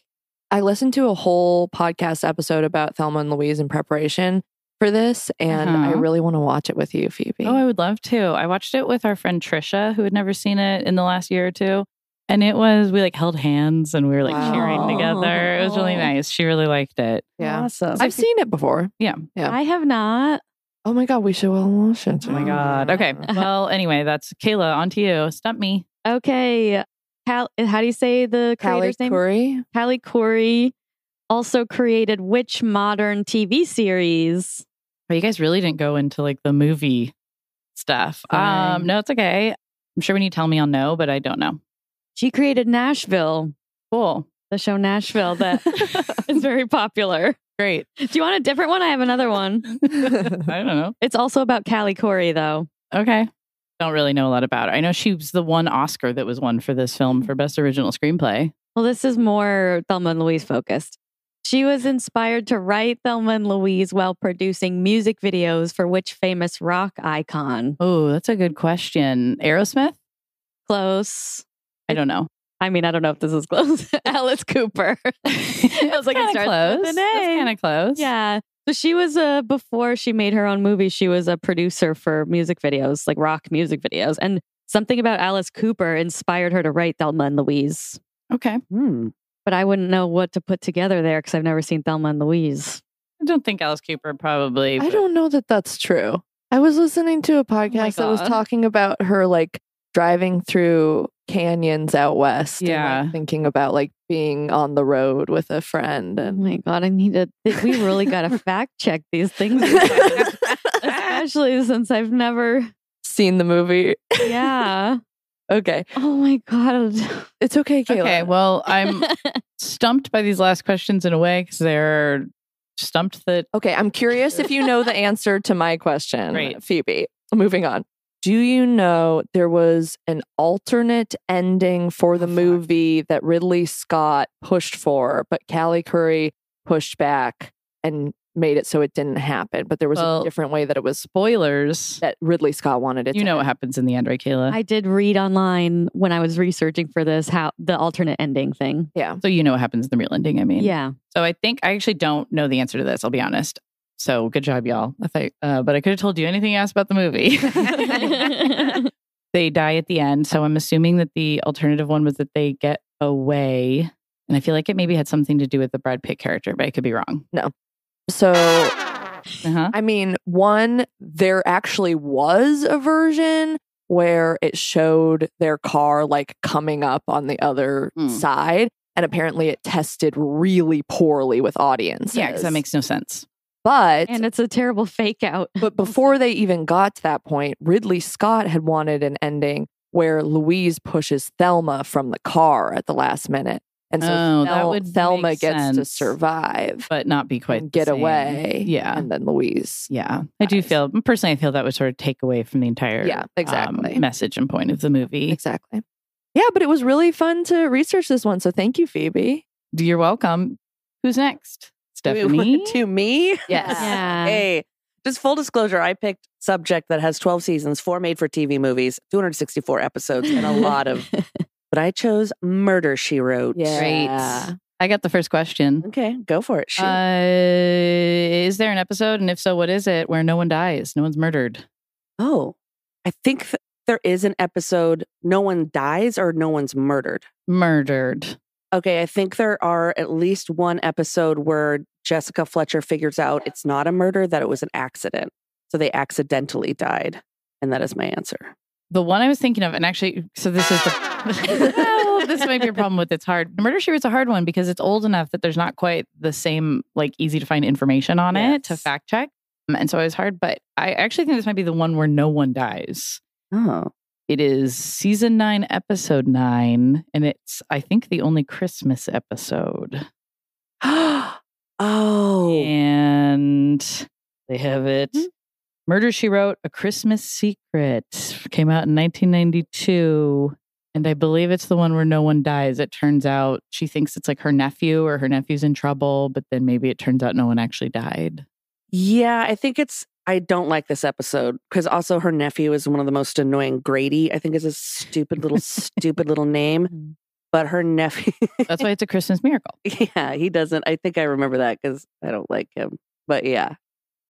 Speaker 3: I listened to a whole podcast episode about Thelma and Louise in preparation for this, and I
Speaker 4: Uh-huh.
Speaker 3: really want to watch it with you, Phoebe.
Speaker 4: Oh, I would love to. I watched it with our friend Trisha, who had never seen it in the last year or two. And it was, we like held hands and we were like cheering
Speaker 3: Wow.
Speaker 4: together. It was really nice. She really liked it.
Speaker 3: yeah.
Speaker 2: Awesome.
Speaker 3: I've seen it before. Yeah.
Speaker 1: I have not.
Speaker 3: Oh my god, we should well watch it.
Speaker 4: Oh my God. Okay. Well, anyway, that's Kayla. On to you. Stump me.
Speaker 1: Okay. Cal- eh, how do you say the
Speaker 3: Callie
Speaker 1: creator's name?
Speaker 3: Curry.
Speaker 1: Halle Corey also created which modern TV series?
Speaker 4: Well, Oh, you guys really didn't go into like the movie stuff.
Speaker 1: Fine.
Speaker 4: Um, no, it's okay. I'm sure when you tell me, I'll know, but I don't know.
Speaker 1: She created Nashville,
Speaker 4: Cool.
Speaker 1: the show Nashville that is very popular.
Speaker 4: Great.
Speaker 1: Do you want a different one? I have another one.
Speaker 4: I don't know.
Speaker 1: It's also about Callie Corey, though.
Speaker 4: Okay. Don't really know a lot about her. I know she was the one Oscar that was won for this film for Best Original Screenplay.
Speaker 1: Well, this is more Thelma and Louise focused. She was inspired to write Thelma and Louise while producing music videos for which famous rock icon?
Speaker 4: Oh, that's a good question. Aerosmith?
Speaker 1: Close.
Speaker 4: I don't know.
Speaker 1: I mean, I don't know if this is close. Alice Cooper. I was like, it
Speaker 4: Kinda
Speaker 1: starts with an A.
Speaker 4: That's kind of close.
Speaker 1: Yeah. So she was uh before she made her own movie, she was a producer for music videos, like rock music videos. And something about Alice Cooper inspired her to write Thelma and Louise.
Speaker 4: Okay.
Speaker 2: Hmm.
Speaker 1: But I wouldn't know what to put together there because I've never seen Thelma and Louise.
Speaker 4: I don't think Alice Cooper probably.
Speaker 3: I
Speaker 4: but-
Speaker 3: don't know that that's true. I was listening to a podcast that was
Speaker 4: Oh God.
Speaker 3: talking about her like driving through canyons out west. and, like,
Speaker 4: Yeah.
Speaker 3: thinking about like being on the road with a friend
Speaker 1: Oh
Speaker 3: and
Speaker 1: my god, I need to we really gotta fact check these things. Especially since I've never
Speaker 3: seen the movie.
Speaker 1: Yeah.
Speaker 3: Okay.
Speaker 1: Oh my god.
Speaker 3: It's okay, Kayla.
Speaker 4: Okay. Well, I'm stumped by these last questions in a way because they're stumped that.
Speaker 3: Okay, I'm curious if you know the answer to my question,
Speaker 4: Great.
Speaker 3: Phoebe. Moving on. Do you know there was an alternate ending for the
Speaker 2: Oh, fuck.
Speaker 3: movie that Ridley Scott pushed for, but Callie Curry pushed back and made it so it didn't happen? But there was
Speaker 4: Well-
Speaker 3: a different way that it was
Speaker 4: Spoilers.
Speaker 3: that Ridley Scott wanted it.
Speaker 4: You
Speaker 3: to
Speaker 4: know what
Speaker 3: end.
Speaker 4: happens in the end, right, Kayla?
Speaker 1: I did read online when I was researching for this how the alternate ending thing.
Speaker 4: so you know what happens in the real ending, I mean.
Speaker 1: Yeah.
Speaker 4: So I think I actually don't know the answer to this, I'll be honest. So good job, y'all. I thought, uh, but I could have told you anything else about the movie. they die at the end. So I'm assuming that the alternative one was that they get away. And I feel like it maybe had something to do with the Brad Pitt character, but I could be wrong.
Speaker 3: So,
Speaker 4: Uh-huh.
Speaker 3: I mean, one, there actually was a version where it showed their car like coming up on the other
Speaker 4: Hmm.
Speaker 3: side. And apparently it tested really poorly with audiences.
Speaker 4: Yeah, because that makes no sense.
Speaker 3: But
Speaker 1: and it's a terrible fake out.
Speaker 3: But before they even got to that point, Ridley Scott had wanted an ending where Louise pushes Thelma from the car at the last minute. And so
Speaker 4: Oh, that
Speaker 3: Thel-
Speaker 4: would
Speaker 3: Thelma
Speaker 4: make
Speaker 3: gets to
Speaker 4: sense.
Speaker 3: survive
Speaker 4: But not be quite
Speaker 3: and
Speaker 4: the
Speaker 3: get
Speaker 4: same.
Speaker 3: away.
Speaker 4: Yeah.
Speaker 3: And then Louise.
Speaker 4: Yeah. I do
Speaker 3: Nice.
Speaker 4: feel, personally, I feel that would sort of take away from the entire
Speaker 3: Yeah,
Speaker 4: um,
Speaker 3: exactly.
Speaker 4: message and point of the movie.
Speaker 3: Exactly. Yeah, but it was really fun to research this one. So thank you, Phoebe.
Speaker 4: You're welcome. Who's next? Stephanie?
Speaker 2: to me?
Speaker 4: Yes.
Speaker 1: Yeah.
Speaker 2: Hey, just full disclosure, I picked subject that has 12 seasons, four made for TV movies, 264 episodes, and a lot of, but I chose Murder, She Wrote.
Speaker 4: Great. I got the first question.
Speaker 2: Okay, go for it. She.
Speaker 4: Uh, is there an episode, and if so, what is it, where no one dies, no one's murdered?
Speaker 2: oh, I think th- there is an episode, no one dies or no one's murdered.
Speaker 4: Murdered.
Speaker 2: Okay, I think there are at least one episode where Jessica Fletcher figures out it's not a murder, that it was an accident. So they accidentally died. And that is my answer.
Speaker 4: The one I was thinking of, and actually, so this is the. Well, this might be a problem with it's hard. Murder She Wrote's a hard one because it's old enough that there's not quite the same, like, easy to find information on it to
Speaker 2: Yes.
Speaker 4: fact check. Um, And so it was hard, but I actually think this might be the one where no one dies.
Speaker 2: Oh.
Speaker 4: It is season nine, episode nine, and it's, I think, the only Christmas episode.
Speaker 2: oh.
Speaker 4: and they have it. Murder She Wrote: A Christmas Secret came out in 1992, and I believe it's the one where no one dies. It turns out she thinks it's like her nephew or her nephew's in trouble, but then maybe it turns out no one actually died.
Speaker 2: Yeah, I think it's. I don't like this episode because also her nephew is one of the most annoying. Grady, I think, is a stupid little, stupid little name. But her nephew,
Speaker 4: That's why it's a Christmas miracle.
Speaker 2: yeah, he doesn't. I think I remember that because I don't like him. But yeah.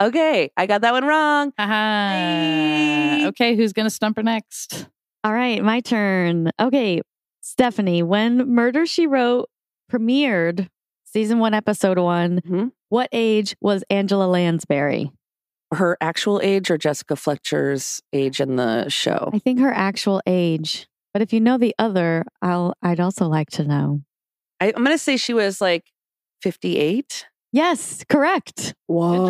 Speaker 2: Okay, I got that one wrong.
Speaker 4: Haha.
Speaker 2: Hey.
Speaker 4: Okay, who's gonna stump her next?
Speaker 1: All right, my turn. Okay, Stephanie, when Murder She Wrote premiered, season one, episode one,
Speaker 2: Mhm.
Speaker 1: what age was Angela Lansbury?
Speaker 2: her actual age or Jessica Fletcher's age in the show?
Speaker 1: I think her actual age. But if you know the other, I'll I'd also like to know.
Speaker 2: I, I'm going to say she was like 58.
Speaker 1: Yes, correct.
Speaker 2: Oh.
Speaker 3: Whoa.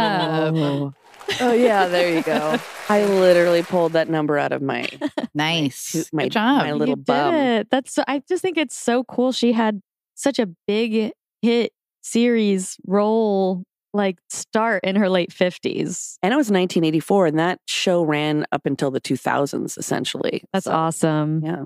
Speaker 4: job.
Speaker 3: Oh, yeah, there you go.
Speaker 2: I literally pulled that number out of my.
Speaker 4: Nice.
Speaker 2: My-
Speaker 4: Good job.
Speaker 2: my little
Speaker 1: you did
Speaker 2: bum.
Speaker 1: it. That's so, I just think it's so cool. She had such a big hit series role like start in her late fifties.
Speaker 2: And it was 1984, and that show ran up until the 2000s, essentially.
Speaker 1: That's
Speaker 2: So,
Speaker 1: awesome.
Speaker 2: Yeah.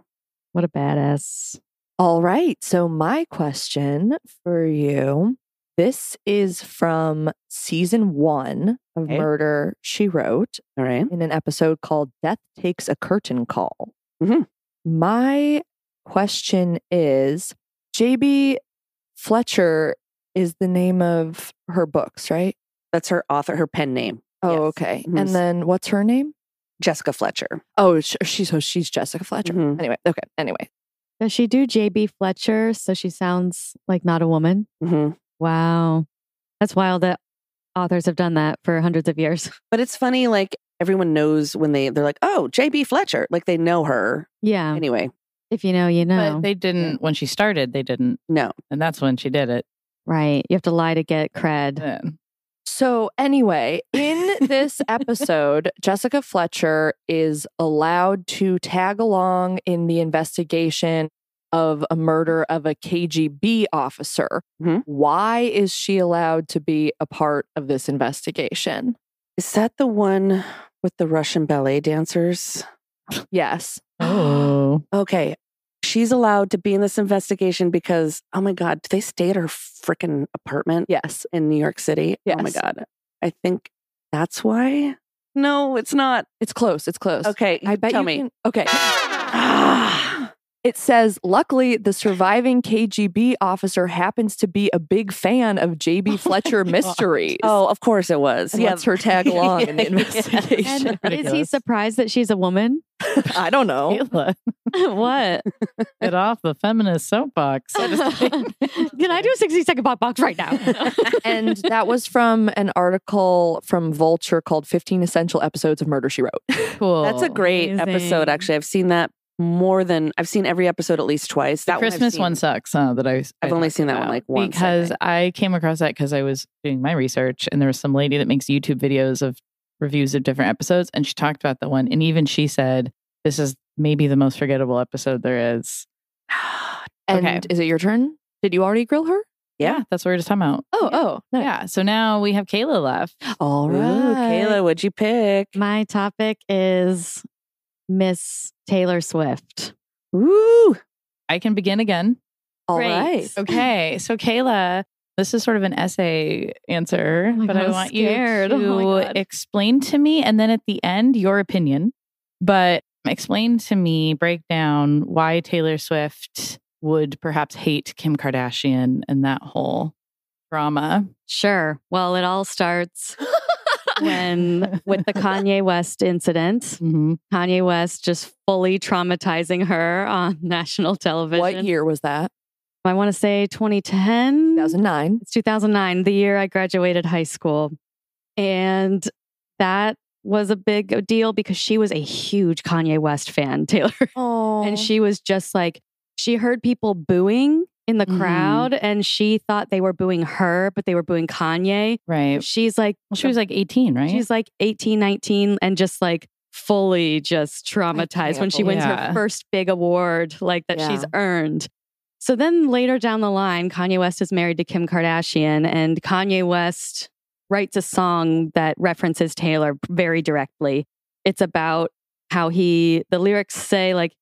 Speaker 1: What a badass.
Speaker 3: All right. So, my question for you this is from season one of
Speaker 2: Okay. Mm-hmm.
Speaker 3: Murder She Wrote
Speaker 2: All right.
Speaker 3: in an episode called Death Takes a Curtain Call.
Speaker 2: Mhm.
Speaker 3: My question is JB Fletcher is the name of her books, right?
Speaker 2: That's her author, her pen name,
Speaker 3: Oh,
Speaker 2: Yes.
Speaker 3: okay.
Speaker 2: Mhm.
Speaker 3: And then what's her name?
Speaker 2: Jessica Fletcher.
Speaker 3: Oh, sh- she so she's Jessica Fletcher.
Speaker 2: Mhm.
Speaker 3: Anyway, okay. Anyway,
Speaker 1: Does she do JB Fletcher so she sounds like not a woman?
Speaker 2: hmm
Speaker 1: Wow. That's wild that authors have done that for hundreds of years.
Speaker 2: But it's funny, like, everyone knows when they, they're like, oh, J.B. Fletcher. Like, they know her.
Speaker 1: Yeah.
Speaker 2: Anyway,
Speaker 1: If you know, you know.
Speaker 4: But they didn't when she started. They didn't,
Speaker 2: no.
Speaker 4: and that's when she did it.
Speaker 1: right. You have to lie to get cred.
Speaker 4: Then.
Speaker 3: So, anyway, in this episode, Jessica Fletcher is allowed to tag along in the investigation of a murder of a KGB officer.
Speaker 2: Mhm.
Speaker 3: Why is she allowed to be a part of this investigation?
Speaker 2: Is that the one with the Russian ballet dancers?
Speaker 3: Yes.
Speaker 4: Oh,
Speaker 2: okay, she's allowed to be in this investigation because, oh my God, do they stay at her freaking apartment
Speaker 3: Yes.
Speaker 2: in New York City? Oh my
Speaker 3: Yes.
Speaker 2: God. I think that's why. No, it's not.
Speaker 3: It's close. It's close.
Speaker 2: Okay,
Speaker 3: I bet
Speaker 2: tell
Speaker 3: you
Speaker 2: me.
Speaker 3: can- Okay.
Speaker 2: Ah,
Speaker 3: It says, luckily, the surviving KGB officer happens to be a big fan of J.B. Fletcher mysteries.
Speaker 2: Oh, of course it was.
Speaker 3: and lets her tag along in the
Speaker 4: Yeah.
Speaker 3: investigation.
Speaker 1: And is he
Speaker 4: Ridiculous.
Speaker 1: surprised that she's a woman?
Speaker 3: I don't know.
Speaker 4: Kayla,
Speaker 1: what?
Speaker 4: get off the feminist soapbox. so to speak.
Speaker 1: Can I do a 60 second pop box right now?
Speaker 3: and that was from an article from Vulture called 15 Essential Episodes of Murder She Wrote.
Speaker 4: Cool.
Speaker 2: That's a great episode,
Speaker 1: Amazing.
Speaker 2: actually. I've seen that more than I've seen every episode at least twice.
Speaker 4: The
Speaker 2: That one I've
Speaker 4: Christmas
Speaker 2: seen.
Speaker 4: one sucks. Huh, that I I've
Speaker 2: I've only seen that one, like, once, I
Speaker 4: because
Speaker 2: think.
Speaker 4: I, came across that because I was doing my research and there was some lady that makes YouTube videos of reviews of different episodes and she talked about that one and even she said this is maybe the most forgettable episode there is.
Speaker 3: And
Speaker 4: Okay.
Speaker 3: is it your turn? Did you already grill her?
Speaker 2: Yeah.
Speaker 4: that's what we're just talking about.
Speaker 3: Oh, oh, no.
Speaker 4: Yeah, so now we have Kayla left.
Speaker 3: All
Speaker 2: Ooh,
Speaker 3: right.
Speaker 2: Kayla, what'd you pick?
Speaker 1: My topic is Miss Taylor Swift.
Speaker 2: Ooh,
Speaker 4: I can begin again.
Speaker 3: All
Speaker 1: Great.
Speaker 3: right.
Speaker 4: Okay, so Kayla, this is sort of an essay answer,
Speaker 1: Oh my
Speaker 4: but
Speaker 1: God,
Speaker 4: I
Speaker 1: I'm
Speaker 4: want
Speaker 1: scared.
Speaker 4: you
Speaker 1: Oh
Speaker 4: to
Speaker 1: my God.
Speaker 4: explain to me, and then at the end, your opinion. But explain to me, break down why Taylor Swift would perhaps hate Kim Kardashian and that whole drama.
Speaker 1: Sure. Well, it all starts when with the Kanye West incident.
Speaker 4: Mhm.
Speaker 1: Kanye West just fully traumatizing her on national television.
Speaker 3: What year was that?
Speaker 1: I want to say 2010.
Speaker 3: 2009.
Speaker 1: It's 2009, the year I graduated high school. And that was a big uh, deal because she was a huge Kanye West fan, Taylor.
Speaker 3: Oh.
Speaker 1: And she was just like, she heard people booing in the
Speaker 3: Mm-hmm.
Speaker 4: Mhm.
Speaker 1: crowd and she thought they were booing her, but they were booing Kanye.
Speaker 4: right?
Speaker 1: She's like,
Speaker 4: Well, she was like 18, right?
Speaker 1: she's like 18, 19, and just like fully just
Speaker 3: can't
Speaker 1: traumatized when she wins
Speaker 4: believe- Yeah.
Speaker 1: her first big award, like that she's
Speaker 3: Yeah.
Speaker 1: earned. So then later down the line, Kanye West is married to Kim Kardashian, and Kanye West writes a song that references Taylor very directly. It's about how he, the lyrics say, like,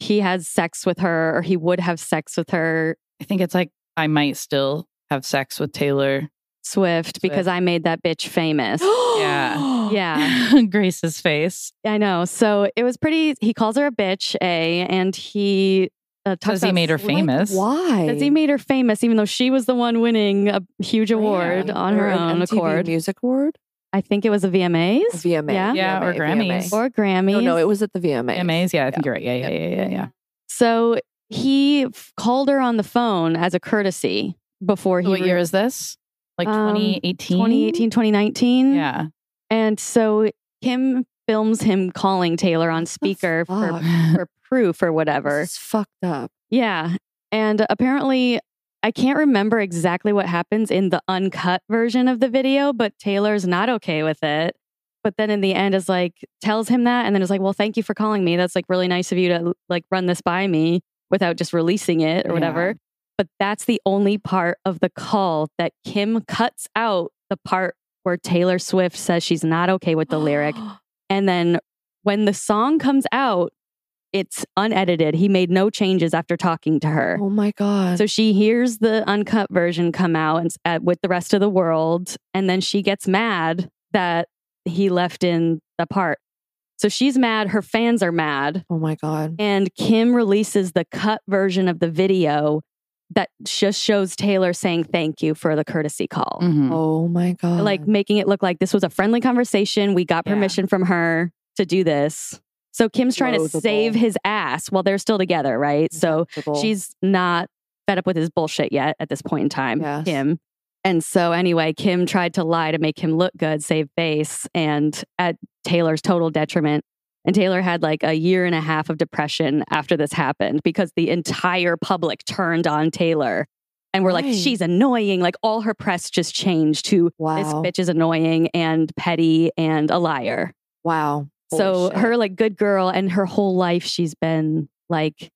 Speaker 1: he has sex with her or he would have sex with her
Speaker 4: I think it's like I might still have sex with Taylor.
Speaker 1: Swift because I made that bitch famous.
Speaker 4: Yeah.
Speaker 1: yeah.
Speaker 4: Grace's face.
Speaker 1: I know. So it was pretty. He calls her a bitch, a, and he uh, talks
Speaker 4: Because he
Speaker 1: about
Speaker 4: made her
Speaker 1: slut-
Speaker 4: famous.
Speaker 3: Why?
Speaker 1: Because he made her famous, even though she was the one winning a huge award on her
Speaker 3: Or an
Speaker 1: own
Speaker 3: MTV
Speaker 1: accord.
Speaker 3: Music Award?
Speaker 1: I think it was a VMAs
Speaker 3: VMA.
Speaker 1: Yeah.
Speaker 4: Yeah, or Grammys.
Speaker 1: or Grammys.
Speaker 3: No, no, it was at the VMA.
Speaker 4: Amaze. Yeah, I think you're right. Yeah, yeah, yeah, yeah, yeah.
Speaker 1: so he f- called her on the phone as a courtesy before he
Speaker 4: So what
Speaker 1: re-
Speaker 4: year is this? Like
Speaker 1: Um,
Speaker 4: 2018?
Speaker 1: 2018, 2019.
Speaker 4: Yeah.
Speaker 1: And so Kim films him calling Taylor on speaker for,
Speaker 3: fuck?
Speaker 1: for proof or whatever.
Speaker 3: This is fucked up.
Speaker 1: Yeah. And apparently, I can't remember exactly what happens in the uncut version of the video, but Taylor's not okay with it. But then in the end is like tells him that and then is like, "Well, thank you for calling me. That's like really nice of you to like run this by me without just releasing it or
Speaker 4: Yeah.
Speaker 1: whatever." But that's the only part of the call that Kim cuts out the part where Taylor Swift says she's not okay with the lyric and then when the song comes out, it's unedited. He made no changes after talking to her.
Speaker 3: Oh my God.
Speaker 1: So she hears the uncut version come out and, uh, with the rest of the world. And then she gets mad that he left in the part. So she's mad. Her fans are mad.
Speaker 3: oh my God.
Speaker 1: And Kim releases the cut version of the video that just shows Taylor saying thank you for the courtesy call
Speaker 4: Mhm.
Speaker 3: Oh my God.
Speaker 1: Mm. like making it look like this was a friendly conversation. We got
Speaker 4: Yeah.
Speaker 1: permission from her to do this. So Kim's trying to
Speaker 3: Loathable.
Speaker 1: save his ass while they're still together, right? So she's not fed up with his bullshit yet at this point in time,
Speaker 3: Yes.
Speaker 1: Kim. And so anyway, Kim tried to lie to make him look good, save face, and at Taylor's total detriment. And Taylor had like a year and a half of depression after this happened because the entire public turned on Taylor and were
Speaker 3: Right.
Speaker 1: like, she's annoying. Like all her press just changed to this
Speaker 3: wow.
Speaker 1: bitch is annoying and petty and a liar.
Speaker 3: Wow. Holy
Speaker 1: so
Speaker 3: shit.
Speaker 1: her like good girl and her whole life she's been like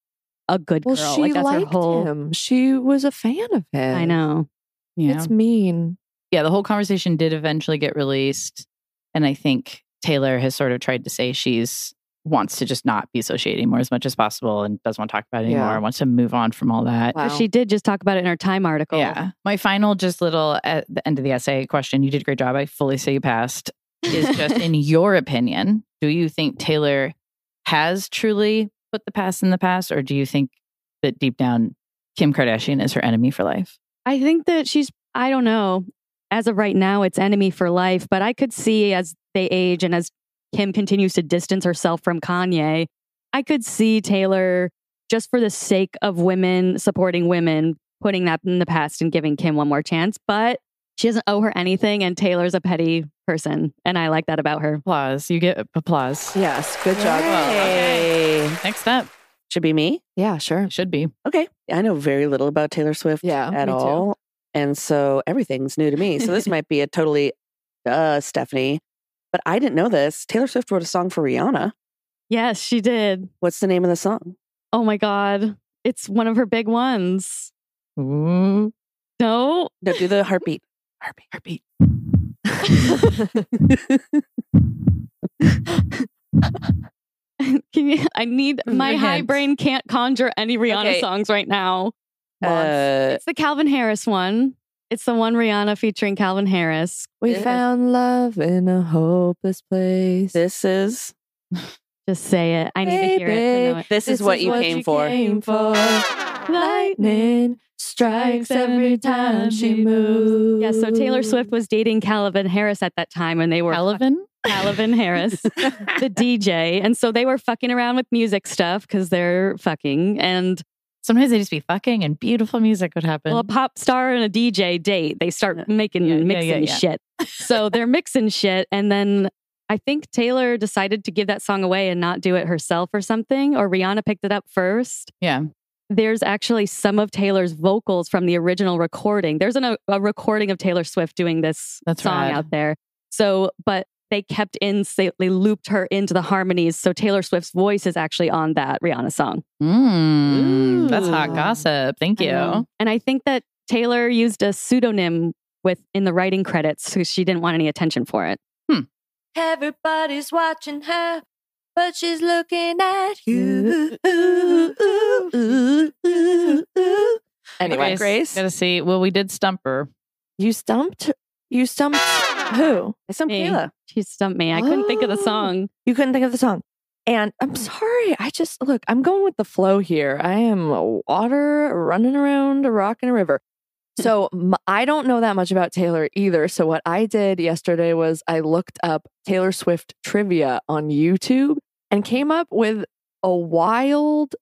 Speaker 1: a good
Speaker 3: well,
Speaker 1: girl.
Speaker 3: she
Speaker 1: like that's her
Speaker 3: liked
Speaker 1: whole
Speaker 3: him. She was a fan of him.
Speaker 1: I know.
Speaker 4: Yeah.
Speaker 3: It's mean.
Speaker 4: yeah, the whole conversation did eventually get released. And I think Taylor has sort of tried to say she's wants to just not be associated anymore as much as possible and doesn't want to talk about it
Speaker 3: Yeah.
Speaker 4: anymore, wants to move on from all that.
Speaker 3: Wow.
Speaker 1: But She did just talk about it in her time article.
Speaker 4: Yeah. My final, just little at the end of the essay question, you did a great job. I fully say you passed. Is just in your opinion, do you think Taylor has truly put the past in the past, or do you think that deep down Kim Kardashian is her enemy for life?
Speaker 1: I think that she's, I don't know. As of right now, it's enemy for life, but I could see as they age and as Kim continues to distance herself from Kanye, I could see Taylor, just for the sake of women supporting women, putting that in the past and giving Kim one more chance. But she doesn't owe her anything, and Taylor's a petty person. And I like that about her.
Speaker 4: Applause. You get applause.
Speaker 3: Yes. Good job.
Speaker 4: Well, okay. Next up
Speaker 2: Should be me.
Speaker 3: Yeah, sure.
Speaker 4: it should be
Speaker 2: Okay. I know very little about Taylor Swift
Speaker 3: Yeah,
Speaker 2: at
Speaker 3: me too.
Speaker 2: all. And so everything's new to me. So this might be a totally uh Stephanie. But I didn't know this. Taylor Swift wrote a song for Rihanna.
Speaker 1: Yes, she did.
Speaker 2: What's the name of the song?
Speaker 1: Oh my God. It's one of her big ones.
Speaker 4: Ooh.
Speaker 1: No,
Speaker 2: No, do the heartbeat. Heartbeat.
Speaker 4: heartbeat.
Speaker 1: Can you, I need
Speaker 4: Your
Speaker 1: my high
Speaker 4: hands.
Speaker 1: brain can't conjure any Rihanna
Speaker 3: Okay.
Speaker 1: songs right now.
Speaker 2: Uh,
Speaker 1: It's the Calvin Harris one. It's the one Rihanna featuring Calvin Harris.
Speaker 3: We
Speaker 2: Yes.
Speaker 3: found love in a hopeless place.
Speaker 2: this is
Speaker 1: Just say it. I need to hear it. To know it.
Speaker 2: this, is what you came for.
Speaker 3: came for. Lightning strikes every time she moves.
Speaker 1: Yeah, so Taylor Swift was dating Calvin Harris at that time and they were
Speaker 4: Eleven.
Speaker 1: Calvin Harris, the DJ. And so they were fucking around with music stuff because they're fucking. And
Speaker 4: Sometimes they just be fucking and beautiful music would happen.
Speaker 1: well, a pop star and a DJ date, they
Speaker 4: Yeah.
Speaker 1: start making,
Speaker 4: Yeah, yeah,
Speaker 1: mixing
Speaker 4: yeah.
Speaker 1: shit. So they're mixing shit. And then I think Taylor decided to give that song away and not do it herself or something, or Rihanna picked it up first.
Speaker 4: yeah.
Speaker 1: There's actually some of Taylor's vocals from the original recording. There's an, a, a recording of Taylor Swift doing this
Speaker 4: That's
Speaker 1: song
Speaker 4: rad.
Speaker 1: out there. So, but they kept in, they they looped her into the harmonies. So Taylor Swift's voice is actually on that Rihanna song.
Speaker 4: Mm, that's
Speaker 3: Ooh.
Speaker 4: hot gossip. Thank
Speaker 1: I know.
Speaker 4: you.
Speaker 1: Um, And I think that Taylor used a pseudonym with in the writing credits because she didn't want any attention for it.
Speaker 6: Everybody's watching her, but she's looking at you.
Speaker 3: Anyway,
Speaker 4: Okay,
Speaker 2: Grace?
Speaker 4: Gotta see. Well, we did stump her.
Speaker 3: you stumped. You stumped who?
Speaker 2: It's some
Speaker 1: Me.
Speaker 2: Kayla.
Speaker 1: She stumped me. I couldn't think of the
Speaker 3: Oh.
Speaker 1: song.
Speaker 3: You couldn't think of the song. And I'm
Speaker 6: Mm.
Speaker 3: sorry. I just look. I'm going with the flow here. I am water running around a rock in a river. So m- I don't know that much about Taylor either. So what I did yesterday was I looked up Taylor Swift trivia on YouTube and came up with a wild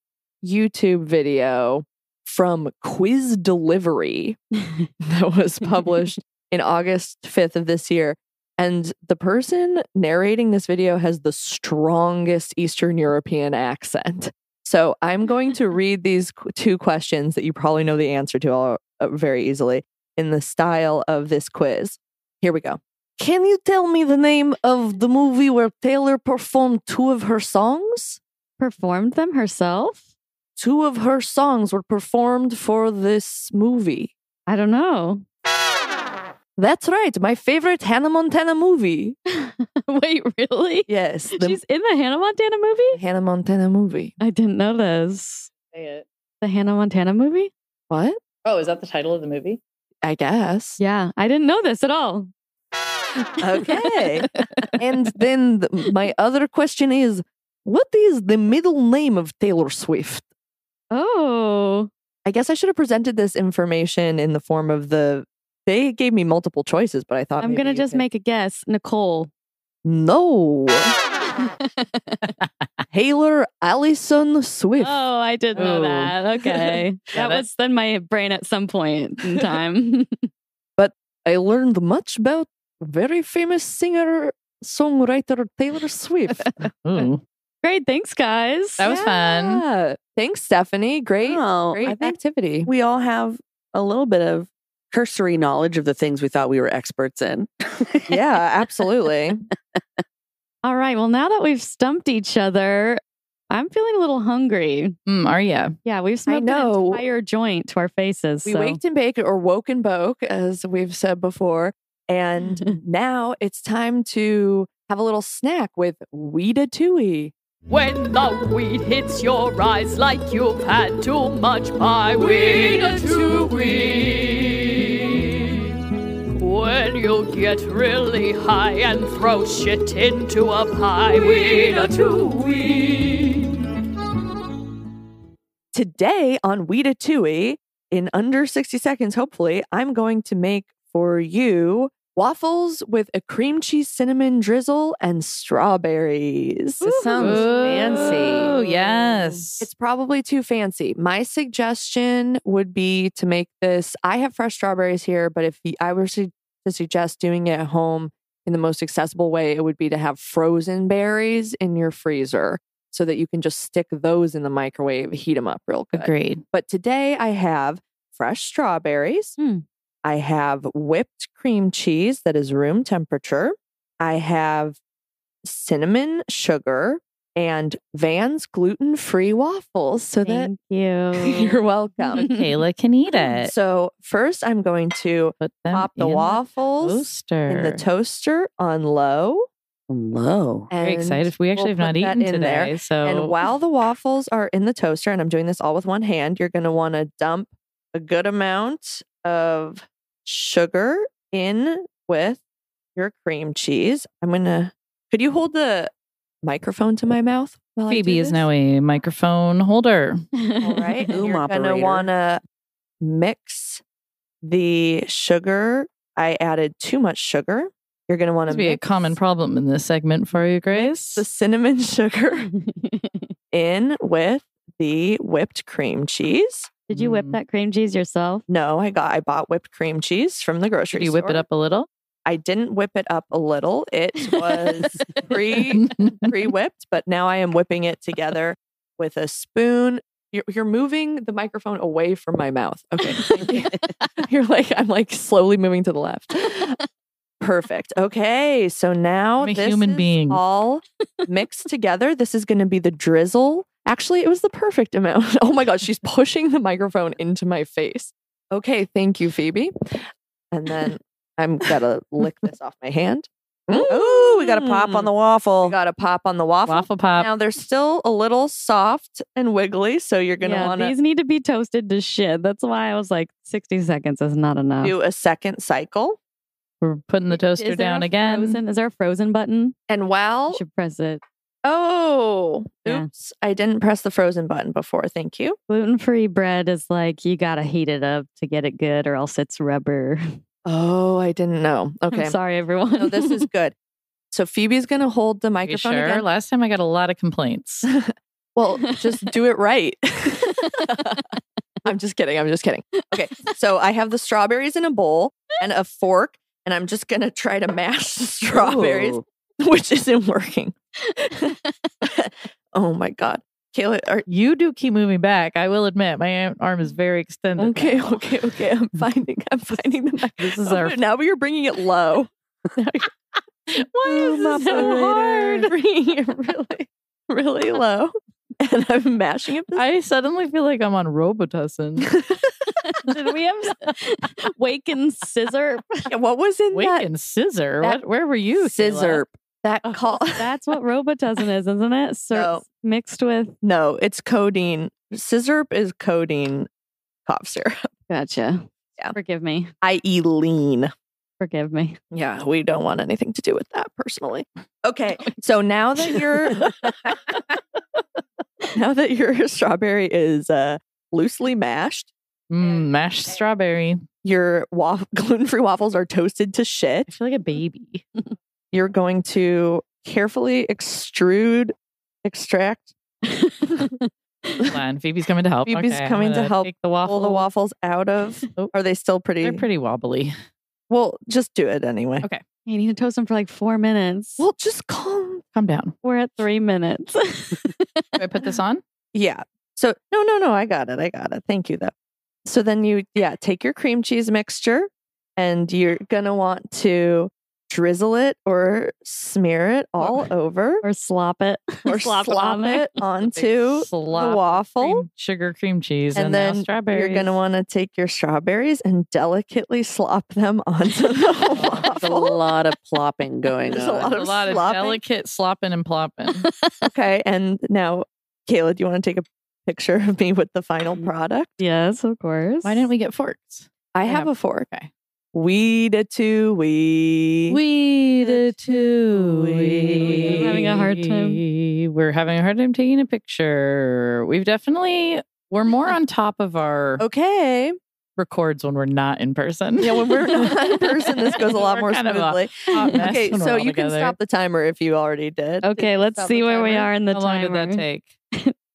Speaker 3: YouTube video from Quiz Delivery that was published in August 5th of this year. And the person narrating this video has the strongest Eastern European accent. So I'm going to read these qu- two questions that you probably know the answer to all uh, very easily in the style of this quiz. Here we go. Can you tell me the name of the movie where Taylor performed two of her songs?
Speaker 1: Performed them herself?
Speaker 3: Two of her songs were performed for this movie.
Speaker 1: I don't know.
Speaker 3: That's right, my favorite Hannah Montana movie.
Speaker 1: Wait, really?
Speaker 3: Yes, the
Speaker 1: She's in the Hannah Montana movie?
Speaker 3: Hannah Montana movie.
Speaker 1: I didn't know this. The Hannah Montana movie?
Speaker 3: What?
Speaker 4: Oh, is that the title of the movie?
Speaker 3: I guess.
Speaker 1: Yeah, I didn't know this at all.
Speaker 3: Okay. and then th- my other question is what is the middle name of Taylor Swift?
Speaker 1: Oh,
Speaker 3: I guess I should have presented this information in the form of the. They gave me multiple choices, but I thought
Speaker 1: I'm
Speaker 3: maybe
Speaker 1: going to
Speaker 3: you
Speaker 1: just
Speaker 3: could-
Speaker 1: make a guess. Nicole.
Speaker 3: no Taylor Allison Swift.
Speaker 1: Oh, I did know
Speaker 4: Oh.
Speaker 1: that. Okay.
Speaker 4: Yeah,
Speaker 1: that
Speaker 4: that-
Speaker 1: was in my brain at some point in time.
Speaker 3: I learned much about very famous singer songwriter Taylor Swift.
Speaker 4: Ooh.
Speaker 1: Great. Thanks, guys.
Speaker 4: That was fun.
Speaker 3: Yeah. Thanks, Stephanie. Great,
Speaker 2: Oh, I
Speaker 3: great
Speaker 2: think
Speaker 3: activity.
Speaker 2: we all have a little bit of cursory knowledge of the things we thought we were experts in.
Speaker 3: yeah, absolutely.
Speaker 1: All right. Well, now that we've stumped each other, I'm feeling a little hungry.
Speaker 4: Mm, are ya?
Speaker 1: Yeah, we've smoked
Speaker 3: know.
Speaker 1: an entire joint to our faces.
Speaker 3: We
Speaker 1: so.
Speaker 3: waked and baked or woke and boke, as we've said before. And now it's time to have a little snack with Weeda Tui.
Speaker 7: When the weed hits your eyes like you've had too much pie, weed a two weed. When you get really high and throw shit into a pie, weed a two weed.
Speaker 3: today on Weeda Tui, in under 60 seconds, hopefully, I'm going to make for you waffles with a cream cheese cinnamon drizzle and strawberries.
Speaker 2: This sounds
Speaker 4: Oh,
Speaker 2: fancy.
Speaker 4: yes.
Speaker 3: It's probably too fancy. My suggestion would be to make this. I have fresh strawberries here, but if y- I were su- to suggest doing it at home in the most accessible way, it would be to have frozen berries in your freezer so that you can just stick those in the microwave, heat them up real good.
Speaker 4: Agreed.
Speaker 3: But today I have fresh strawberries.
Speaker 1: Hmm.
Speaker 3: I have whipped cream cheese that is room temperature. I have cinnamon sugar and Van's gluten free waffles so
Speaker 1: Thank
Speaker 3: that
Speaker 1: you.
Speaker 3: you're welcome.
Speaker 4: Kayla can eat it.
Speaker 3: so, first, I'm going to
Speaker 4: Put them
Speaker 3: pop the
Speaker 4: in
Speaker 3: waffles
Speaker 4: toaster.
Speaker 3: in the toaster on low.
Speaker 2: Low.
Speaker 3: And
Speaker 4: Very excited. We actually
Speaker 3: we'll
Speaker 4: have not
Speaker 3: put that
Speaker 4: eaten
Speaker 3: in there.
Speaker 4: today. So
Speaker 3: And while the waffles are in the toaster, and I'm doing this all with one hand, you're going to want to dump a good amount of sugar in with your cream cheese. I'm going to, could you hold the microphone to my mouth? While I do
Speaker 4: Phoebe is
Speaker 3: this?
Speaker 4: now a microphone holder.
Speaker 3: All right. and
Speaker 2: Boom
Speaker 3: you're going to
Speaker 2: operator.
Speaker 3: want to mix the sugar. I added too much sugar. You're going to want
Speaker 4: This
Speaker 3: to
Speaker 4: be a
Speaker 3: mix
Speaker 4: common problem in this segment for you, Grace.
Speaker 3: the cinnamon sugar. in with the whipped cream cheese.
Speaker 1: Did you
Speaker 3: Hmm.
Speaker 1: whip
Speaker 4: Mm.
Speaker 1: that cream cheese yourself?
Speaker 3: No, I got I bought whipped cream cheese from the grocery
Speaker 4: Should you
Speaker 3: store.
Speaker 4: whip it up a little?
Speaker 3: I didn't whip it up a little. It was pre pre whipped, but now I am whipping it together with a spoon. You're, you're moving the microphone away from my mouth. Okay. thank you. you're like I'm like slowly moving to the left. Perfect. Okay, so now
Speaker 4: I'm a
Speaker 3: this
Speaker 4: human
Speaker 3: is
Speaker 4: being.
Speaker 3: all mixed together. This is going to be the drizzle. Actually, it was the perfect amount. Oh my gosh, she's pushing the microphone into my face. Okay, thank you, Phoebe. And then I'm gonna lick this off my hand.
Speaker 2: Ooh, we got to pop on the waffle.
Speaker 3: We gotta pop on the waffle.
Speaker 4: Waffle pop.
Speaker 3: Now they're still a little soft and wiggly, so you're gonna
Speaker 1: yeah,
Speaker 3: want to
Speaker 1: these need to be toasted to shit. That's why I was like, 60 seconds is not enough.
Speaker 3: do a second cycle.
Speaker 4: We're putting the toaster
Speaker 1: Is there
Speaker 4: down
Speaker 1: a
Speaker 4: again.
Speaker 1: Frozen, is there a frozen button?
Speaker 3: And
Speaker 1: You
Speaker 3: while
Speaker 1: should press it.
Speaker 3: oh,
Speaker 4: Yeah.
Speaker 3: oops, I didn't press the frozen button before. Thank you.
Speaker 1: Gluten free bread is like, you got to heat it up to get it good or else it's rubber.
Speaker 3: Oh, I didn't know. Okay,
Speaker 1: I'm sorry, everyone.
Speaker 3: no, this is good. So Phoebe's gonna hold the
Speaker 4: You
Speaker 3: microphone
Speaker 4: sure?
Speaker 3: again.
Speaker 4: Last time I got a lot of complaints.
Speaker 3: Well, just do it right. I'm just kidding. I'm just kidding. Okay. So I have the strawberries in a bowl and a fork, and I'm just going to try to mash the strawberries,
Speaker 2: Ooh.
Speaker 3: which isn't working. oh my God. Kayla, are,
Speaker 4: you do keep moving back. I will admit, my arm is very extended.
Speaker 3: okay,
Speaker 4: now.
Speaker 3: okay, okay. I'm finding, I'm finding the mic.
Speaker 4: This is
Speaker 3: Oh,
Speaker 4: our.
Speaker 3: now you're bringing it low.
Speaker 4: Why is this so hard?
Speaker 3: bringing it really, really low. And I'm mashing it.
Speaker 4: I suddenly feel like I'm on Robitussin.
Speaker 1: Did we have wake and scissor?
Speaker 3: What was in
Speaker 4: Wink
Speaker 3: that?
Speaker 4: and scissor.
Speaker 3: that-
Speaker 4: what, where were you? Kayla? Oh,
Speaker 3: Scissor. That call.
Speaker 1: That's what Robitussin is, isn't it? So
Speaker 3: No.
Speaker 1: it's mixed with.
Speaker 3: No, it's codeine. Scissorp is codeine cough syrup.
Speaker 1: Gotcha.
Speaker 3: Yeah.
Speaker 1: Forgive me.
Speaker 3: I.e. lean.
Speaker 1: Forgive me.
Speaker 3: Yeah, we don't want anything to do with that personally. Okay. So now that your now that your strawberry is uh loosely mashed,
Speaker 4: Mm, mashed strawberry.
Speaker 3: your waff- gluten-free waffles are toasted to
Speaker 4: I
Speaker 3: shit.
Speaker 4: feel like a baby.
Speaker 3: You're going to carefully extrude extract
Speaker 4: Hold on, Phoebe's coming to help.
Speaker 3: Phoebe's
Speaker 4: Okay, I'm
Speaker 3: coming to
Speaker 4: gonna
Speaker 3: help
Speaker 4: Take the waffle.
Speaker 3: all the waffles out of
Speaker 4: Oh.
Speaker 3: are they still
Speaker 4: They're pretty wobbly.
Speaker 3: Well, just do it anyway.
Speaker 1: You need to toast them for like four minutes.
Speaker 3: Well, just calm.
Speaker 4: Calm down.
Speaker 1: We're at three minutes.
Speaker 4: Do I put this on?
Speaker 3: Yeah. So no, no, no. I got it. I got it. Thank you though. So then you yeah take your cream cheese mixture, and you're gonna want to drizzle it or smear it all over
Speaker 1: or slop it.
Speaker 3: or
Speaker 1: slop it on there.
Speaker 3: it onto the
Speaker 4: Slop
Speaker 3: waffle.
Speaker 4: cream, sugar, cream cheese,
Speaker 3: And
Speaker 4: and, now
Speaker 3: then
Speaker 4: strawberries.
Speaker 3: You're gonna want to take your strawberries and delicately slop them onto the
Speaker 2: There's a
Speaker 3: waffle.
Speaker 2: lot of plopping going
Speaker 3: There's a
Speaker 2: on.
Speaker 3: lot
Speaker 4: a
Speaker 3: of
Speaker 4: lot of
Speaker 3: slopping.
Speaker 4: delicate slopping and plopping.
Speaker 3: Okay, and now, Kayla, do you want to take a picture of me with the final product?
Speaker 1: Yes, of course.
Speaker 4: Why didn't we get forks?
Speaker 3: I
Speaker 4: have
Speaker 3: have a fork.
Speaker 4: Okay.
Speaker 3: We da two we.
Speaker 4: We the two.
Speaker 3: We're
Speaker 1: having a hard time.
Speaker 4: We're having a hard time taking a picture. We've definitely We're more on top of our
Speaker 3: Okay.
Speaker 4: records when we're not in person.
Speaker 3: Oh. Yeah, when we're not in person, this goes a lot
Speaker 4: We're
Speaker 3: more
Speaker 4: kind of a
Speaker 3: smoothly.
Speaker 4: hot mess
Speaker 3: Okay,
Speaker 4: when we're
Speaker 3: so
Speaker 4: all
Speaker 3: you can
Speaker 4: together.
Speaker 3: stop the timer if you already did.
Speaker 1: Okay, let's
Speaker 3: Stop
Speaker 1: see
Speaker 3: the
Speaker 1: where we
Speaker 3: timer.
Speaker 1: are in the
Speaker 4: How long
Speaker 1: timer.
Speaker 4: did that take?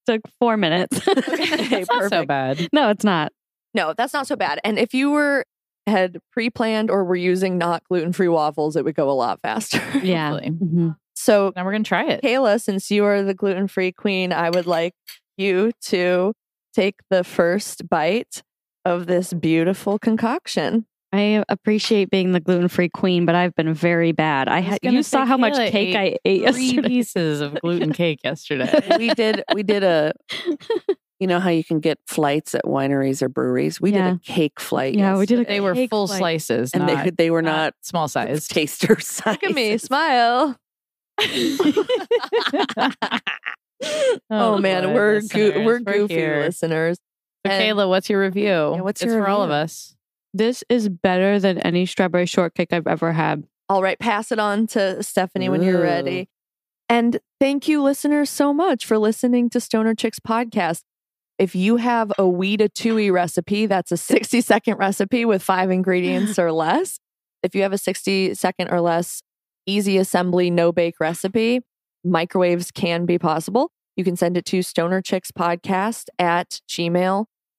Speaker 1: Took four minutes.
Speaker 3: Okay,
Speaker 4: It's not so
Speaker 3: perfect.
Speaker 4: bad.
Speaker 1: no, it's not.
Speaker 3: No, that's not so bad. And if you were had pre-planned or were using not gluten-free waffles, it would go a lot faster.
Speaker 1: Yeah.
Speaker 4: Hopefully.
Speaker 1: Mhm.
Speaker 3: So,
Speaker 4: Now we're gonna try it.
Speaker 3: Kayla, since you are the gluten-free queen, I would like you to take the first bite of this beautiful concoction.
Speaker 1: I appreciate being the gluten free queen, but I've been very bad. I,
Speaker 4: was
Speaker 1: ha-
Speaker 4: gonna
Speaker 1: you saw
Speaker 4: say,
Speaker 1: how much
Speaker 4: Kayla
Speaker 1: cake
Speaker 4: ate
Speaker 1: I ate
Speaker 4: Three
Speaker 1: yesterday.
Speaker 4: pieces of gluten cake yesterday.
Speaker 2: we did we did a you know how you can get flights at wineries or breweries we
Speaker 1: Yeah.
Speaker 2: did a cake flight
Speaker 1: Yeah, we did a
Speaker 2: yesterday,
Speaker 4: They were
Speaker 1: Cake
Speaker 4: full
Speaker 1: flight.
Speaker 4: slices,
Speaker 2: and
Speaker 4: not,
Speaker 2: they they were not
Speaker 4: small size.
Speaker 2: taster size
Speaker 3: Look at me, smile.
Speaker 4: oh,
Speaker 3: Oh, man,
Speaker 4: Lord,
Speaker 3: we're
Speaker 4: listeners,
Speaker 3: goo- we're goofy
Speaker 4: here.
Speaker 3: listeners.
Speaker 4: So,
Speaker 3: And-
Speaker 4: Kayla, what's your review?
Speaker 2: what's
Speaker 4: it's
Speaker 2: your
Speaker 4: for all of
Speaker 2: review?
Speaker 4: us.
Speaker 8: This is better than any strawberry shortcake I've ever had.
Speaker 3: All right, pass it on to Stephanie when you're
Speaker 2: Ooh.
Speaker 3: ready. And thank you, listeners, so much for listening to Stoner Chicks podcast. If you have a Weeda Tui recipe, that's a 60 second recipe with five ingredients or less. If you have a 60 second or less easy assembly, no bake recipe, microwaves can be possible. You can send it to stonerchickspodcast at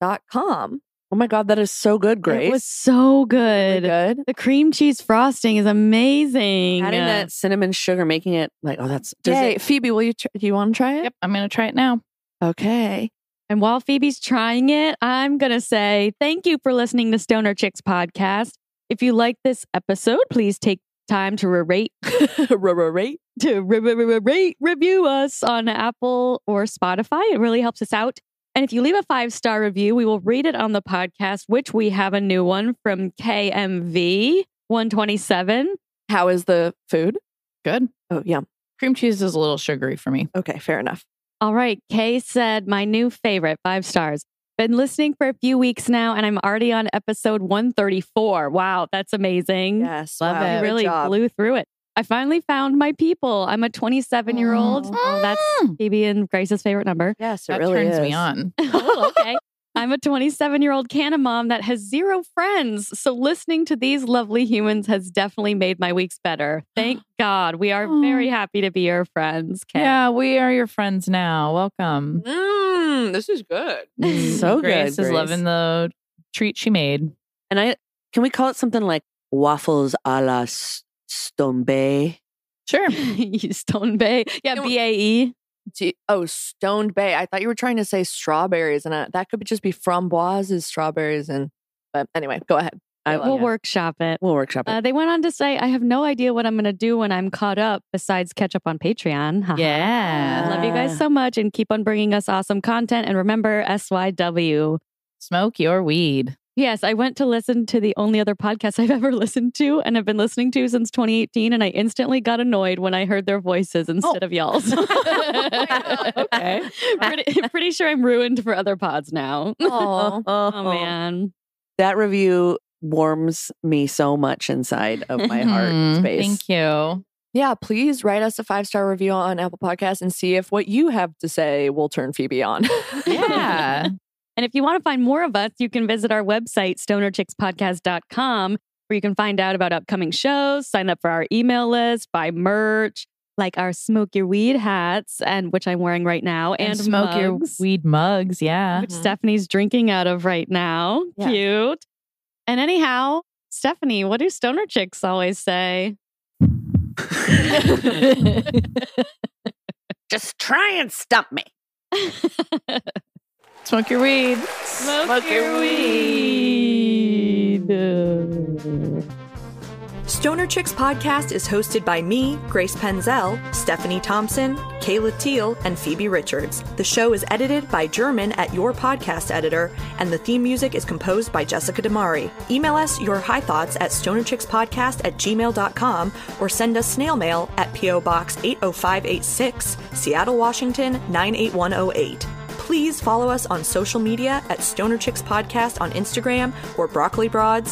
Speaker 3: gmail.com.
Speaker 2: oh my god that is so good grace
Speaker 1: It was so
Speaker 3: Really
Speaker 1: good.
Speaker 3: good.
Speaker 1: The cream cheese frosting is amazing.
Speaker 2: adding that cinnon sugar making it like oh that's does
Speaker 3: Yay.
Speaker 2: it-
Speaker 3: Phoebe, will you, tr- do you want to try it?
Speaker 4: Yep, I'm gonna try it now.
Speaker 3: Okay.
Speaker 1: And while Phoebe's trying it, I'm going to say thank you for listening to Stoner Chicks podcast. If you like this episode, please take time to rate
Speaker 3: Rate.
Speaker 1: to re- re- re- rate review us on Apple or Spotify. It really helps us out. And if you leave a five star review, we will read it on the podcast, which we have a new one from KMV 127.
Speaker 3: How is the food?
Speaker 4: Good.
Speaker 3: Oh, yeah.
Speaker 4: Cream cheese is a little sugary for me.
Speaker 3: Okay, fair enough.
Speaker 1: All right. Kay said, my new favorite, five stars. Been listening for a few weeks now, and I'm already on episode 134. Wow, that's amazing.
Speaker 3: Yes,
Speaker 4: Mm, Love
Speaker 3: wow.
Speaker 4: it.
Speaker 1: You
Speaker 3: Good
Speaker 1: really
Speaker 3: job.
Speaker 1: blew through it. I finally found my people. I'm a 27 year old.
Speaker 4: Oh.
Speaker 1: Oh, that's
Speaker 4: Mm.
Speaker 1: Phoebe and Grace's favorite number.
Speaker 3: Yes, it
Speaker 4: that
Speaker 3: really
Speaker 4: turns
Speaker 3: is.
Speaker 4: me on.
Speaker 1: oh, okay. I'm a 27 year old canna mom that has zero friends. So listening to these lovely humans has definitely made my weeks better. Thank God. We are
Speaker 4: Aw.
Speaker 1: very happy to be your friends. Kay.
Speaker 4: Yeah, we are your friends now. Welcome. Mm,
Speaker 3: Mmm, this is good.
Speaker 2: So good,
Speaker 4: Grace is
Speaker 2: Grace.
Speaker 4: loving the treat she made.
Speaker 2: and i can we call it something like waffles a la S- stombe
Speaker 4: Sure.
Speaker 1: You Stone Bay. Yeah,
Speaker 3: You know-
Speaker 1: B A E.
Speaker 3: Gee, oh, Stoned Bay. I thought you were trying to say strawberries, and I, that could be just be framboises, strawberries, and. But anyway, go ahead.
Speaker 2: I-
Speaker 1: We'll workshop it.
Speaker 2: we'll workshop it
Speaker 1: Uh, they went on to say, I have no idea what I'm going to do when I'm caught up besides catch up on Patreon. Haha. I
Speaker 4: Yeah.
Speaker 1: Uh-huh. love you guys so much and keep on bringing us awesome content. And remember, SYW.
Speaker 4: Smoke your weed.
Speaker 1: Yes, I went to listen to the only other podcast I've ever listened to and have been listening to since 2018. And I instantly got annoyed when I heard their voices instead of y'all's.
Speaker 4: Oh. Okay.
Speaker 1: pretty, pretty sure I'm ruined for other pods now.
Speaker 3: Oh,
Speaker 1: Oh, man.
Speaker 2: uh, that review warms me so much inside of my heart
Speaker 4: Mhm.
Speaker 2: space
Speaker 4: Thank you.
Speaker 3: yeah. Please write us a five star review on Apple Podcasts and see if what you have to say will turn Phoebe on.
Speaker 4: Yeah.
Speaker 1: And if you want to find more of us, you can visit our website, stonerchickspodcast.com, where you can find out about upcoming shows, sign up for our email list, buy merch, like our smoke your weed hats, and which I'm wearing right now, and,
Speaker 4: smoke your
Speaker 1: mugs.
Speaker 4: weed Mm-hmm. mugs. Yeah.
Speaker 1: which
Speaker 3: Mhm.
Speaker 1: Stephanie's drinking out of right now.
Speaker 3: Yeah.
Speaker 1: Cute. And anyhow, Stephanie, what do stoner chicks always say?
Speaker 2: just try and stump me
Speaker 4: Smoke your weed.
Speaker 1: Smoke your weed.
Speaker 9: Stoner Chicks podcast is hosted by me, Grace Penzel, Stephanie Thompson, Kayla Teal, and Phoebe Richards. The show is edited by German at Your Podcast Editor, and the theme music is composed by Jessica Damari. Email us your high thoughts at stonerchickspodcast at gmail.com or send us snail mail at P.O. Box 80586, Seattle, Washington 98108. Please follow us on social media at Stoner Chicks Podcast on Instagram or Broccoli Broads